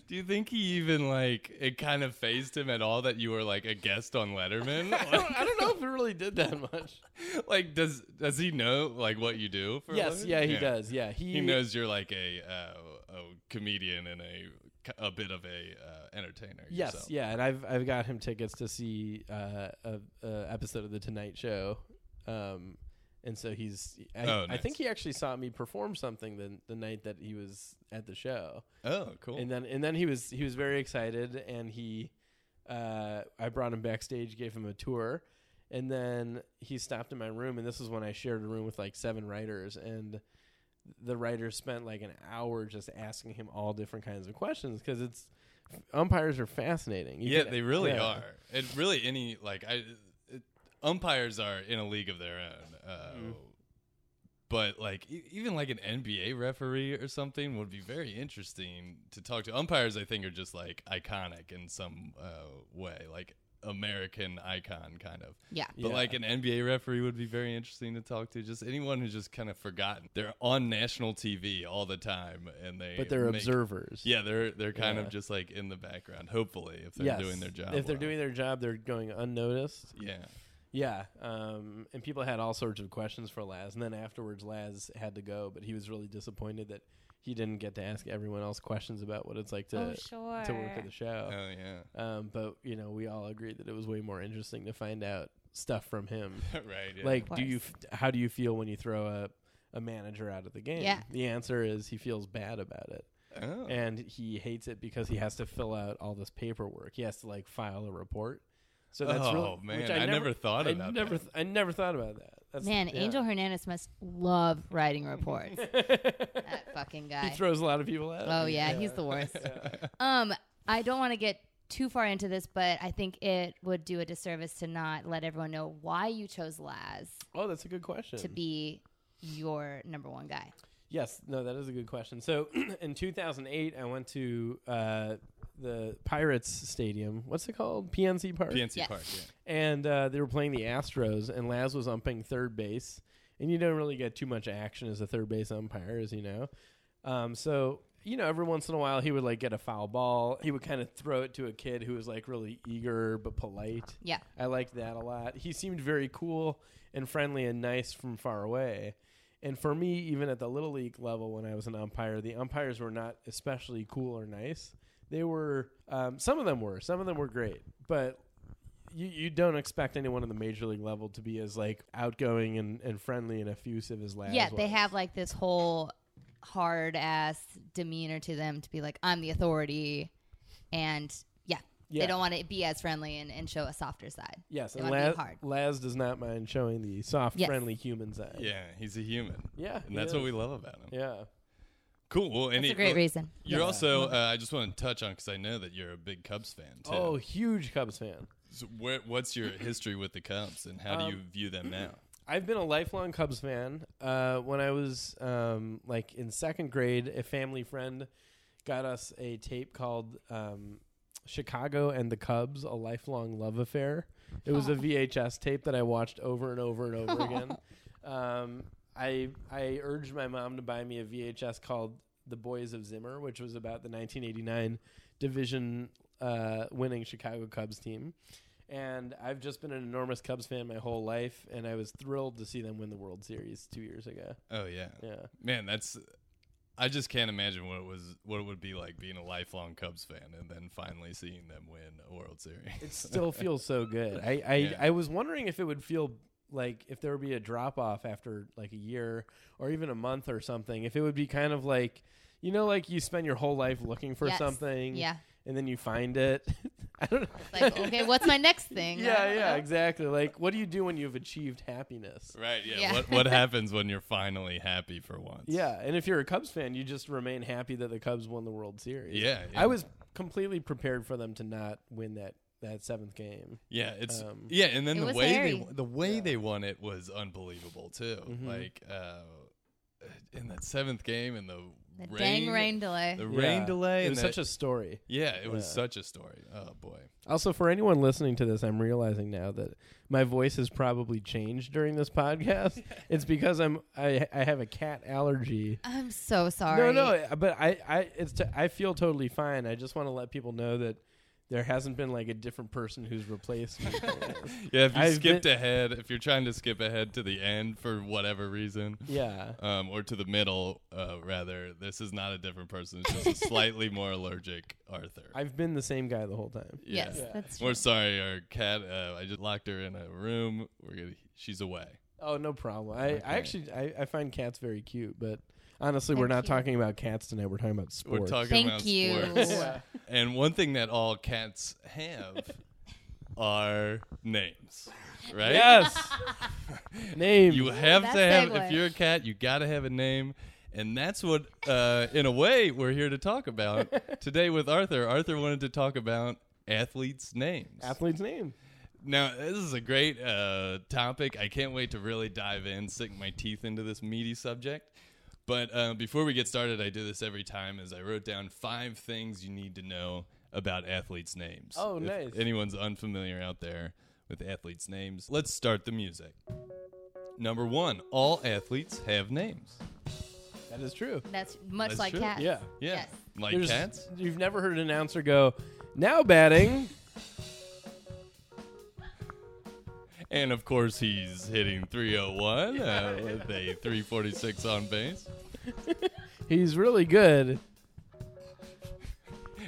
S2: Do you think he even like it? Kind of phased him at all that you were like a guest on Letterman.
S4: [LAUGHS] I, don't, I don't know if it really did that much.
S2: [LAUGHS] like, does does he know like what you do? For a
S4: Yes,
S2: living?
S4: yeah, he does. Yeah, he,
S2: He knows you're like a uh, a comedian and a a bit of a uh, entertainer.
S4: Yes,
S2: yourself.
S4: yeah, and I've I've got him tickets to see uh, a, a episode of the Tonight Show, um, and so he's. I,
S2: Oh,
S4: I
S2: nice.
S4: think he actually saw me perform something the the night that he was at the show,
S2: Oh, cool.
S4: and then and then he was he was very excited, and he, uh, I brought him backstage, gave him a tour, and then he stopped in my room, and this is when I shared a room with like seven writers, and the writers spent like an hour just asking him all different kinds of questions because it's umpires are fascinating. You
S2: yeah,
S4: can-
S2: they really
S4: yeah.
S2: are. It really any like I it, umpires are in a league of their own. Uh,
S4: Mm-hmm.
S2: But like e- even like an NBA referee or something would be very interesting to talk to. Umpires, I think, are just like iconic in some uh, way, like American icon kind of.
S3: Yeah.
S2: But
S4: Yeah.
S2: like an NBA referee would be very interesting to talk to. Just anyone who's just kind of forgotten. They're on national TV all the time, and they
S4: but they're
S2: make-
S4: observers.
S2: yeah, they're they're kind
S4: Yeah.
S2: of just like in the background. Hopefully, if they're
S4: Yes.
S2: doing their job,
S4: If they're
S2: well.
S4: doing their job, they're going unnoticed.
S2: yeah,
S4: Yeah. Um, and people had all sorts of questions for Laz. And then afterwards, Laz had to go, but he was really disappointed that he didn't get to ask everyone else questions about what it's like to,
S3: oh sure.
S4: to work at the show.
S2: oh yeah, [LAUGHS]
S4: Um, but, you know, we all agreed that it was way more interesting to find out stuff from him.
S2: right. Yeah.
S4: Like,
S3: Of
S4: do you, f- how do you feel when you throw a, a manager out of the game?
S3: Yeah.
S4: The answer is he feels bad about it.
S2: oh.
S4: and he hates it because he has to fill out all this paperwork. He has to like file a report. So that's
S2: oh
S4: really,
S2: man,
S4: which
S2: I, never thought
S4: I
S2: about that.
S4: never, th- I never thought about that. That's,
S3: Man,
S4: yeah.
S3: Angel Hernandez must love writing reports. that fucking
S4: He
S3: guy.
S4: throws a lot of people out.
S3: Oh yeah, he's the worst. um, I don't want to get too far into this, but I think it would do a disservice to not let everyone know why you chose Laz
S4: Oh, that's a good question.
S3: to be your number one guy.
S4: Yes, no, that is a good question. So [CLEARS THROAT] in 2008, I went to uh, the Pirates Stadium. What's it called? PNC Park.
S2: PNC
S3: Yeah.
S2: Park. Yeah.
S4: and uh, they were playing the Astros, and Laz was umping third base, and you don't really get too much action as a third base umpire, as you know. Um, so you know, every once in a while, he would like get a foul ball. He would kind of throw it to a kid who was like really eager but polite.
S3: Yeah.
S4: I liked that a lot. He seemed very cool and friendly and nice from far away. And for me, even at the little league level, when I was an umpire, the umpires were not especially cool or nice. They were, um, some of them were, some of them were great, but you, you don't expect anyone on the major league level to be as like outgoing and, and friendly and effusive as Laz.
S3: yeah, they
S4: was.
S3: have like this whole hard ass demeanor to them to be like, I'm the authority, and yeah,
S4: Yeah.
S3: They don't want to be as friendly and, and show a softer side.
S4: Yes,
S3: They
S4: and
S3: wanna
S4: Laz,
S3: be hard.
S4: Laz does not mind showing the soft,
S3: Yes.
S4: friendly human side.
S2: Yeah, he's a human.
S4: yeah, he
S2: And that's what
S4: is.
S2: we love about him.
S4: Yeah,
S2: Cool. Well, and
S3: That's
S2: he-
S3: a great
S2: well,
S3: reason.
S2: You're
S4: Yeah.
S2: also. Uh, I just want to touch on because I know that you're a big Cubs fan too.
S4: oh, huge Cubs fan.
S2: So where, what's your history with the Cubs, and how
S4: Um,
S2: do you view them now?
S4: [CLEARS THROAT] I've been a lifelong Cubs fan. Uh, when I was um, like in second grade, a family friend got us a tape called um, "Chicago and the Cubs: A Lifelong Love Affair." It was a VHS tape that I watched over and over and over again. Um, I I urged my mom to buy me a VHS called "The Boys of Zimmer," which was about the 1989 division uh, winning Chicago Cubs team. And I've just been an enormous Cubs fan my whole life, and I was thrilled to see them win the World Series two years ago.
S2: Oh yeah,
S4: Yeah,
S2: man, that's. I just can't imagine what it was, what it would be like being a lifelong Cubs fan and then finally seeing them win a World Series. [LAUGHS]
S4: it still feels so good. I I,
S2: Yeah.
S4: I was wondering if it would feel like if there would be a drop off after like a year or even a month or something. If it would be kind of like you know, like you spend your whole life looking for
S3: Yes.
S4: something,
S3: Yeah.
S4: and then you find it. [LAUGHS] I don't know.
S3: Like, okay, what's my
S4: [LAUGHS]
S3: next thing? I
S4: yeah,
S3: don't
S4: yeah,
S3: know.
S4: exactly. Like, what do you do when you've achieved happiness?
S2: right? Yeah.
S3: Yeah.
S2: What What happens when you're finally happy for once?
S4: Yeah, and if you're a Cubs fan, you just remain happy that the Cubs won the World Series.
S2: Yeah. yeah.
S4: I was completely prepared for them to not win that that seventh game.
S2: Yeah, it's
S4: Um,
S2: yeah, and then
S3: It
S2: the
S3: was
S2: way
S3: hairy.
S2: they the way they won it was unbelievable too.
S4: Mm-hmm.
S2: Like uh, in that seventh game and the,
S3: The
S2: rain,
S3: dang rain delay.
S2: the rain
S4: Yeah.
S2: delay.
S4: It
S2: and
S4: was
S2: that-
S4: such a story.
S2: yeah, it was
S4: yeah.
S2: such a story. Oh boy,
S4: Also, for anyone listening to this, I'm realizing now that my voice has probably changed during
S2: [LAUGHS]
S4: this podcast. it's because I'm I, I have a cat allergy.
S3: I'm so sorry.
S4: No, no, but I I it's t- I feel totally fine. I just want to let people know that there hasn't been like a different person who's replaced
S2: [LAUGHS]
S4: me.
S2: yeah. If you
S4: I've
S2: skipped ahead, if you're trying to skip ahead to the end for whatever reason,
S4: yeah.
S2: um, or to the middle uh, rather, this is not a different person. It's just a slightly more allergic Arthur.
S4: I've been the same guy the whole time.
S2: Yeah.
S3: Yes, that's true.
S2: We're sorry, our cat. Uh, I just locked her in a room. We're gonna. She's away.
S4: Oh, no problem. I,
S2: Okay.
S4: I actually I, I find cats very cute, but honestly, we're
S3: They're
S4: not
S3: cute.
S4: talking about cats tonight. We're talking about
S2: We're
S4: sports.
S2: talking about
S3: Thank you.
S2: sports. And one thing that all cats have are names, right?
S4: yes. [LAUGHS]
S3: [LAUGHS]
S4: Name.
S2: You have
S3: That's
S2: to have,
S3: segue.
S2: if you're a cat, you got to have a name. And that's what, uh, in a way, we're here to talk about today with Arthur. Arthur wanted to talk about athletes' names.
S4: athlete's name.
S2: Now, this is a great uh, topic. I can't wait to really dive in, sink my teeth into this meaty subject. But uh, before we get started, I do this every time. Is I wrote down five things you need to know about athletes' names.
S4: Oh,
S2: If
S4: nice.
S2: Anyone's unfamiliar out there with athletes' names? Let's start the music. Number one: All athletes have names.
S4: That is true.
S3: That's much
S2: That's
S3: like
S2: true.
S3: cats.
S4: Yeah.
S2: Yeah,
S3: Yes.
S2: like
S4: There's-
S2: cats.
S4: You've never heard an announcer go, now batting.
S2: And of course, he's hitting 301 uh, with a 346 on base.
S4: He's really good. [LAUGHS]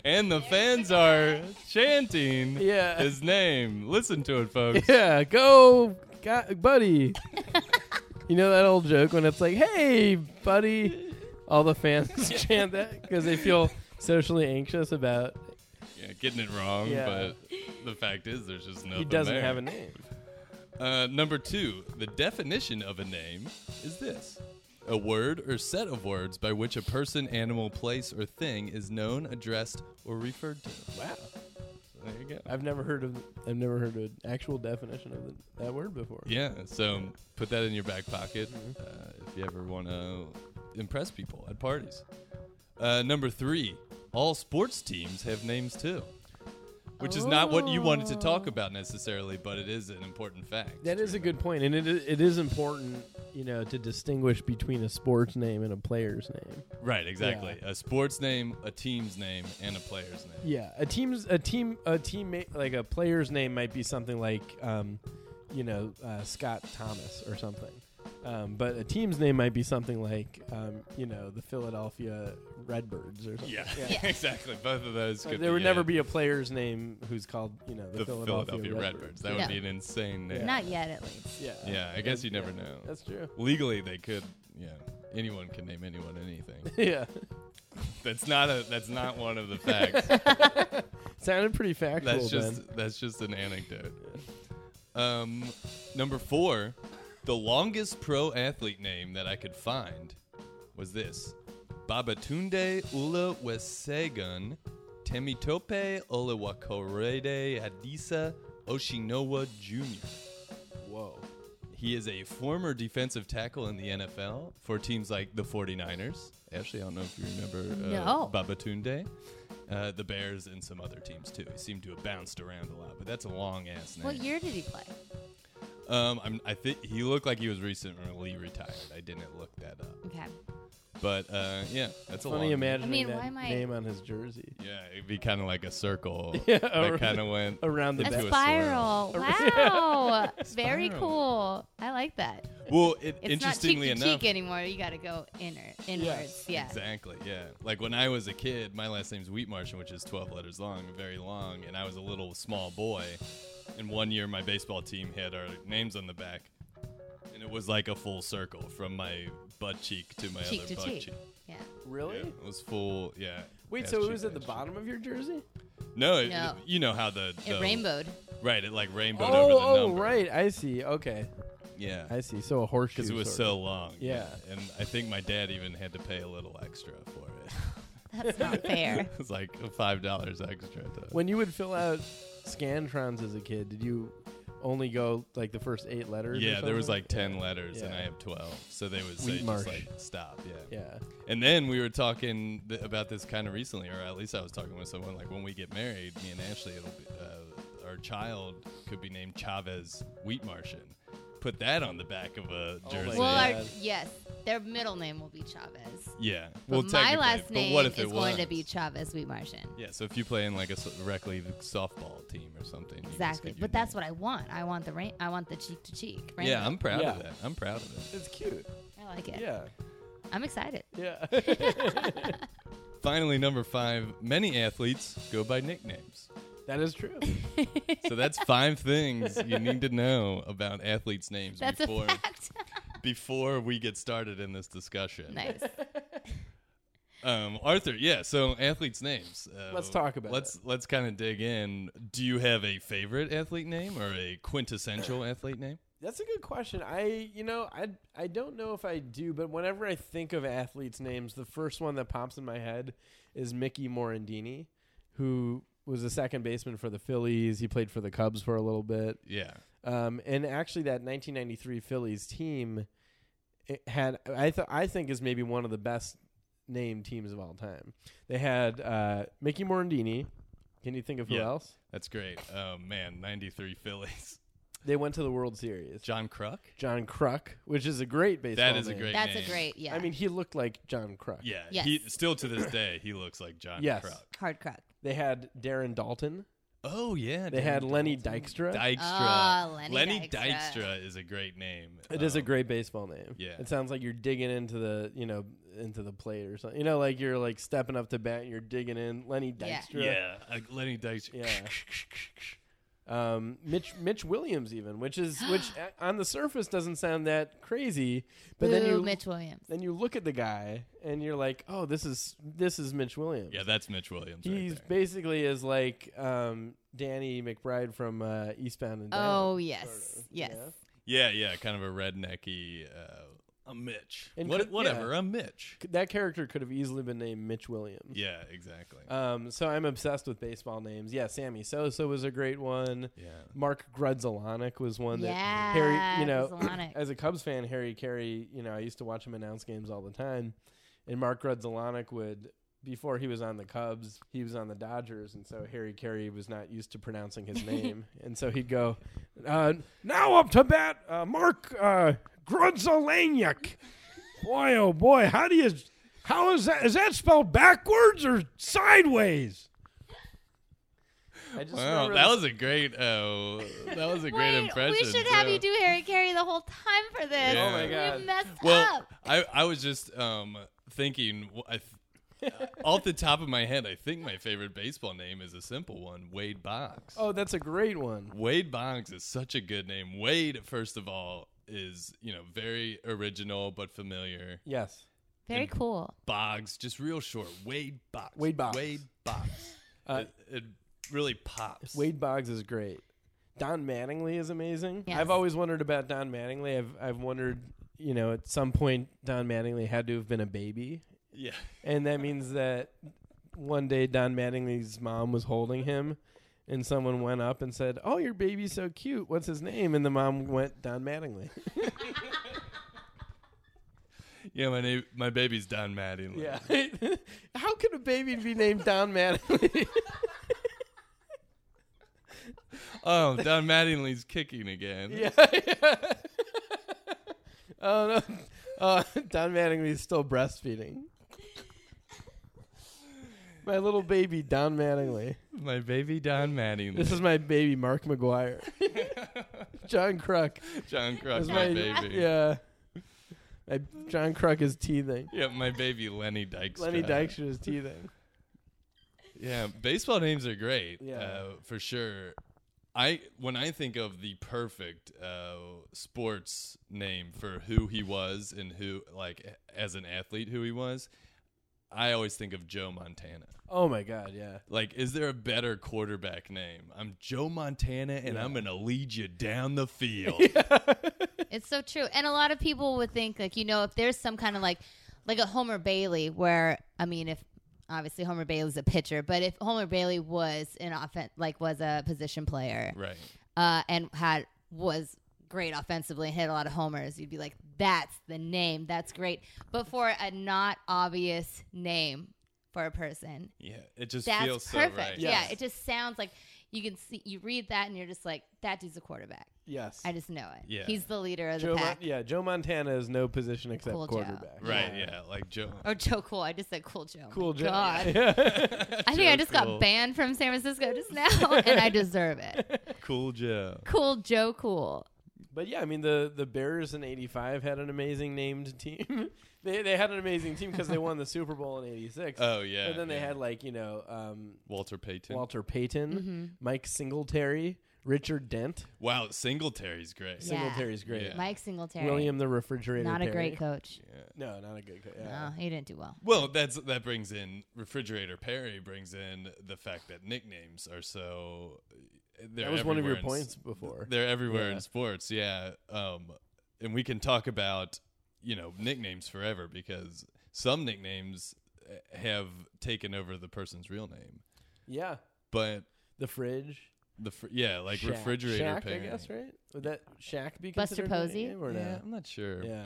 S2: And the fans are chanting
S4: Yeah.
S2: his name. Listen to it, folks.
S4: [LAUGHS] Yeah, go,
S3: [LAUGHS]
S4: go- buddy. you know that old joke when it's like, hey, buddy. All the fans [LAUGHS] chant that because they feel socially anxious about
S2: Yeah, getting it wrong,
S4: Yeah.
S2: but the fact is, there's just nothing.
S4: he doesn't
S2: there.
S4: have a name.
S2: Uh, number two, the definition of a name is this a word or set of words by which a person, animal, place, or thing is known, addressed, or referred to.
S4: Wow.
S2: There you go.
S4: I've never heard of I've never heard an actual definition of the, that word before.
S2: Yeah, so put that in your back pocket
S4: Mm-hmm.
S2: uh, if you ever want to impress people at parties. Uh, number three, all sports teams have names too, which is not what you wanted to talk about necessarily, but it is an important fact.
S4: Oh. That
S2: to
S4: is a
S2: remember.
S4: good point, and it is, it is important, you know, to distinguish between a sports name and a player's name.
S2: Right, exactly. A sports name, a team's name, and a player's name.
S4: Yeah, a team's a team a teammate like a player's name might be something like, um, you know, uh, Scott Thomas or something, um, but a team's name might be something like, um, you know, the Philadelphia Redbirds or something.
S2: Yeah, [LAUGHS] exactly. Both of those
S4: Like,
S2: could
S4: there
S2: be
S4: would never
S2: a-
S4: be a player's name who's called, you know, the,
S2: the
S4: Philadelphia, Redbirds.
S2: Redbirds. That would
S3: Yeah.
S2: be an insane name.
S3: Not yet, at least.
S4: Yeah.
S2: Yeah, I guess you never
S4: Yeah,
S2: know.
S4: That's true.
S2: Legally, they could. Yeah, anyone can name anyone anything.
S4: [LAUGHS] yeah.
S2: That's not a. That's not one of the facts.
S4: Sounded pretty factual.
S2: That's
S4: Ben.
S2: just that's just an anecdote. Um, number four, the longest pro athlete name that I could find was this: Babatunde Ula Wesegun, Temitope Olawakorede Adisa Oshinowa Jr.
S4: whoa.
S2: He is a former defensive tackle in the NFL for teams like the 49ers. Ashley, I don't know if you remember uh,
S3: No.
S2: Babatunde, uh, the Bears, and some other teams too. He seemed to have bounced around a lot, but that's a long ass name.
S3: What year did he play?
S2: Um, I'm, I think he looked like he was recently retired. I didn't look that up,
S3: Okay.
S2: but uh, yeah, that's a long.
S4: Funny imagining
S3: I mean,
S4: that
S3: why am I-
S4: name on his jersey.
S2: Yeah, it'd be kind of like a circle
S4: Yeah,
S2: that
S4: around-
S2: kind of went.
S4: around the
S2: into a
S3: A
S4: back.
S3: spiral. Wow.
S2: [LAUGHS]
S3: Very
S2: Spiral.
S3: cool. I like that.
S2: Well, it,
S3: It's
S2: interestingly
S3: not cheek
S2: enough,
S3: to cheek anymore. You got to go inner, inwards. yeah.
S2: Exactly. Yeah. Like when I was a kid, my last name's Wheatmartian, which is 12 letters long, very long, and I was a little small boy. And one year, my baseball team had our names on the back, and it was like a full circle from my butt cheek to my
S3: Cheek
S2: other
S3: to
S2: butt
S3: cheek.
S2: cheek.
S3: Yeah.
S4: Really?
S2: Yeah, it was full. Yeah.
S4: Wait,
S2: ass
S4: so
S2: cheek
S4: it was
S2: to
S4: at the
S2: ass
S4: bottom of your jersey?
S2: cheek. No, it-
S3: No.
S2: you know how the,
S3: It
S2: the-
S3: rainbowed.
S2: right. It like rainbowed over
S4: oh,
S2: the
S4: oh,
S2: number.
S4: right. I see. Okay,
S2: Yeah.
S4: I see. So a horseshoe.
S2: Because it was
S4: sort
S2: so long.
S4: Yeah.
S2: And I think my dad even had to pay a little extra for it. [LAUGHS]
S3: That's not fair.
S2: it was like five dollars extra. To,
S4: of. When you would fill out scantrons as a kid, did you only go like the first eight letters? or
S2: yeah, there was
S4: something?
S2: like ten letters, and
S4: Yeah.
S2: I have twelve, so they would
S4: Wheat
S2: say
S4: marsh.
S2: just like stop. Yeah.
S4: Yeah.
S2: And then we were talking th- about this kind of recently, or at least I was talking with someone like when we get married, me and Ashley, it'll be, uh, our child could be named Chavez Wheat Martian. Put that on the back of a
S4: Oh my
S2: jersey.
S3: Well,
S4: Yeah.
S3: our, yes, their middle name will be Chavez.
S2: yeah.
S3: But
S2: well,
S3: my
S2: technically,
S3: last name
S2: but what if
S3: is
S2: it
S3: going to
S2: was?
S3: be Chavez Wheat Martian.
S2: Yeah, so if you play in like a s- rec league softball team or something, you just
S3: Exactly.
S2: get your
S3: But that's
S2: name.
S3: what I want. I want the rain. I want the cheek to cheek. Rainbow.
S2: Yeah, I'm proud of
S4: Yeah.
S2: that. I'm proud of it.
S4: It's cute.
S3: I like it.
S4: Yeah.
S3: I'm excited.
S4: Yeah.
S3: [LAUGHS]
S4: [LAUGHS]
S2: Finally, number five. Many athletes go by nicknames.
S4: that is true.
S2: So that's five things you need to know about athletes' names
S3: That's
S2: before
S3: a [LAUGHS] fact.
S2: before we get started in this discussion.
S3: nice.
S2: Um, Arthur, yeah. So athletes' names. Uh,
S4: Let's talk about
S2: Let's let's kind of dig in. Do you have a favorite athlete name or a
S3: [COUGHS]
S2: quintessential athlete name?
S4: That's a good question. I, you know, I I don't know if I do, but whenever I think of athletes' names, the first one that pops in my head is Mickey Morandini, who was a second baseman for the Phillies. He played for the Cubs for a little bit.
S2: Yeah.
S4: Um, and actually, that 1993 Phillies team it had I th- I think is maybe one of the best named teams of all time. They had uh, Mickey Morandini. Can you think of who
S2: Yeah.
S4: else?
S2: That's great. Oh man, '93 Phillies.
S4: They went to the World Series.
S2: John Cruck.
S4: John Cruck, which is a great baseball.
S2: That is a
S4: name.
S2: great.
S3: That's a
S2: name.
S3: great. Yeah.
S4: I mean, he looked like John Cruck.
S2: Yeah.
S3: Yes.
S2: He still to this day he looks like John
S4: Yes.
S2: Cruck.
S3: hard crack.
S4: They had Darren Dalton.
S2: Oh yeah.
S4: They had Lenny Dykstra.
S2: Dykstra.
S3: Ah, Lenny
S2: Dykstra.
S3: Dykstra.
S2: is a great name.
S4: it is a
S2: Um,
S4: great baseball name.
S2: yeah.
S4: It sounds like you're digging into the, you know, into the plate or something. You know, like you're like stepping up to bat and you're digging in. Lenny
S3: Yeah.
S4: Dykstra.
S2: Yeah, like Lenny Dykstra.
S4: Yeah. Um, Mitch Mitch Williams even, which is
S3: [GASPS]
S4: which uh, on the surface doesn't sound that crazy, but
S3: Boo,
S4: then you
S3: Mitch Williams.
S4: then you look at the guy and you're like, "Oh, this is this is Mitch Williams."
S2: Yeah, that's Mitch Williams. right
S4: He's
S2: there.
S4: basically is like um, Danny McBride from uh, Eastbound and Down.
S3: Oh yes,
S4: sort of,
S3: yes.
S4: yeah.
S2: yeah, yeah, kind of a rednecky. Uh, a Mitch.
S4: And
S2: What-
S4: could-
S2: whatever, a Mitch.
S4: C- that character could have easily been named Mitch Williams.
S2: Yeah, exactly.
S4: Um, so I'm obsessed with baseball names. Yeah, Sammy Sosa was a great one.
S2: yeah.
S4: Mark Grudzalonic was one that
S3: yeah.
S4: Harry, you know,
S3: Zalonic.
S4: [CLEARS THROAT] as a Cubs fan, Harry Carey, you know, I used to watch him announce games all the time, and Mark Grudzalonic would. Before he was on the Cubs, he was on the Dodgers, and so Harry Carey was not used to pronouncing his name, and so he'd go, uh, "Now up to bat, uh, Mark uh, Grudzalanic." Boy, oh boy, how do you? How is that? Is that spelled backwards or sideways? I just
S2: Wow,
S4: remember
S2: that
S4: this-
S2: was a great. Oh, that was a great
S3: Wait,
S2: impression.
S3: We should have
S2: too.
S3: you do Harry Carey the whole time for this.
S2: Yeah. Oh my
S4: God.
S3: You messed
S2: Well,
S3: up.
S2: I, I was just um, thinking, wh- I th-
S4: [LAUGHS]
S2: off the top of my head, I think my favorite baseball name is a simple one Wade Box.
S4: Oh, that's a great one.
S2: Wade Boggs is such a good name. Wade, first of all, is, you know, very original but familiar.
S4: Yes.
S3: Very cool.
S2: [LAUGHS] Boggs, just real short. Wade Boggs.
S4: Wade Boggs.
S2: Wade Boggs.
S4: [LAUGHS] Uh,
S2: it, it really pops.
S4: Wade Boggs is great. Don Mattingly is amazing.
S3: Yes.
S4: I've always wondered about Don Mattingly. I've I've wondered, you know, at some point Don Mattingly had to have been a baby,
S2: Yeah.
S4: and that means that one day Don Mattingly's mom was holding him, and someone went up and said, "Oh, your baby's so cute. What's his name?" And the mom went, "Don Mattingly."
S2: Yeah, my name, my baby's Don Mattingly.
S4: Yeah. [LAUGHS] How could a baby be named Don Mattingly? [LAUGHS]
S2: Oh, Don Mattingly's kicking again.
S4: yeah. [LAUGHS] oh no. Uh, Don Mattingly's still breastfeeding. My little baby Don Mattingly.
S2: My baby Don Mattingly.
S4: This is my baby Mark
S2: [LAUGHS]
S4: McGuire. John Cruck.
S2: John Cruck's
S4: That's
S2: my,
S4: my-
S2: baby.
S4: Yeah. My, John Cruck is teething.
S2: Yeah, my baby Lenny Dykstra.
S4: Lenny Dykstra is teething.
S2: Yeah, baseball names are great.
S4: Yeah.
S2: Uh, for sure. I when I think of the perfect uh, sports name for who he was and who like as an athlete who he was, I always think of Joe Montana.
S4: Oh my god, yeah.
S2: Like, is there a better quarterback name? I'm Joe Montana, and I'm gonna lead you down the field.
S3: It's so true. And a lot of people would think like, you know, if there's some kind of like like a Homer Bailey where I mean if obviously Homer Bailey's a pitcher, but if Homer Bailey was an offense like was a position player
S2: Right.
S3: uh and had was great offensively and hit a lot of homers, you'd be like, That's the name, that's great. But for a not obvious name for a person,
S2: Yeah. It just
S3: that's
S2: feels
S3: perfect.
S2: so right.
S3: Yeah,
S4: Yes.
S3: it just sounds like you can see you read that and you're just like, That dude's a quarterback.
S4: Yes.
S3: I just know it.
S2: Yeah.
S3: He's the leader of the
S4: Joe
S3: [LAUGHS]
S4: Mon-
S3: pack.
S4: yeah, Joe Montana is no position except
S3: Cool Joe.
S4: quarterback.
S2: Right. Yeah. Like Joe.
S3: Or Oh, Joe Cool. I just said Cool Joe.
S4: Cool Joe.
S3: God.
S4: [LAUGHS]
S2: [LAUGHS]
S3: I think
S2: Joe
S3: I just
S2: Cool.
S3: got banned from San Francisco just now, [LAUGHS] and I
S2: [LAUGHS]
S3: deserve it.
S2: Cool Joe.
S3: Cool Joe Cool.
S4: But yeah, I mean the the Bears in '85 had an amazing named team. [LAUGHS] they they had an amazing team because they won the Super Bowl in '86.
S2: Oh yeah.
S4: but then they
S2: yeah.
S4: had like you know um,
S2: Walter Payton.
S4: Walter Payton,
S3: Mm-hmm.
S4: Mike Singletary, Richard Dent.
S2: wow, Singletary's great.
S3: Yeah.
S4: Singletary's great.
S2: Yeah.
S3: Mike Singletary.
S4: William the Refrigerator.
S3: Not a
S4: Perry.
S3: great coach.
S4: No, not a good coach. Yeah.
S3: No, he didn't do well.
S2: Well, that's that brings in refrigerator Perry brings in the fact that nicknames are so. they're
S4: That was one of your
S2: everywhere in s-
S4: points before.
S2: They're everywhere
S4: Yeah.
S2: in sports, yeah. Um, and we can talk about you know nicknames forever because some nicknames uh, have taken over the person's real name,
S4: Yeah,
S2: but
S4: the fridge.
S2: the fr- yeah like
S4: Shaq.
S2: refrigerator
S4: Shaq,
S2: Perry.
S4: I guess right. Would that Shaq be
S3: Buster
S4: considered a
S3: Posey?
S4: nickname Or
S2: Yeah,
S4: no?
S2: I'm not sure.
S4: Yeah.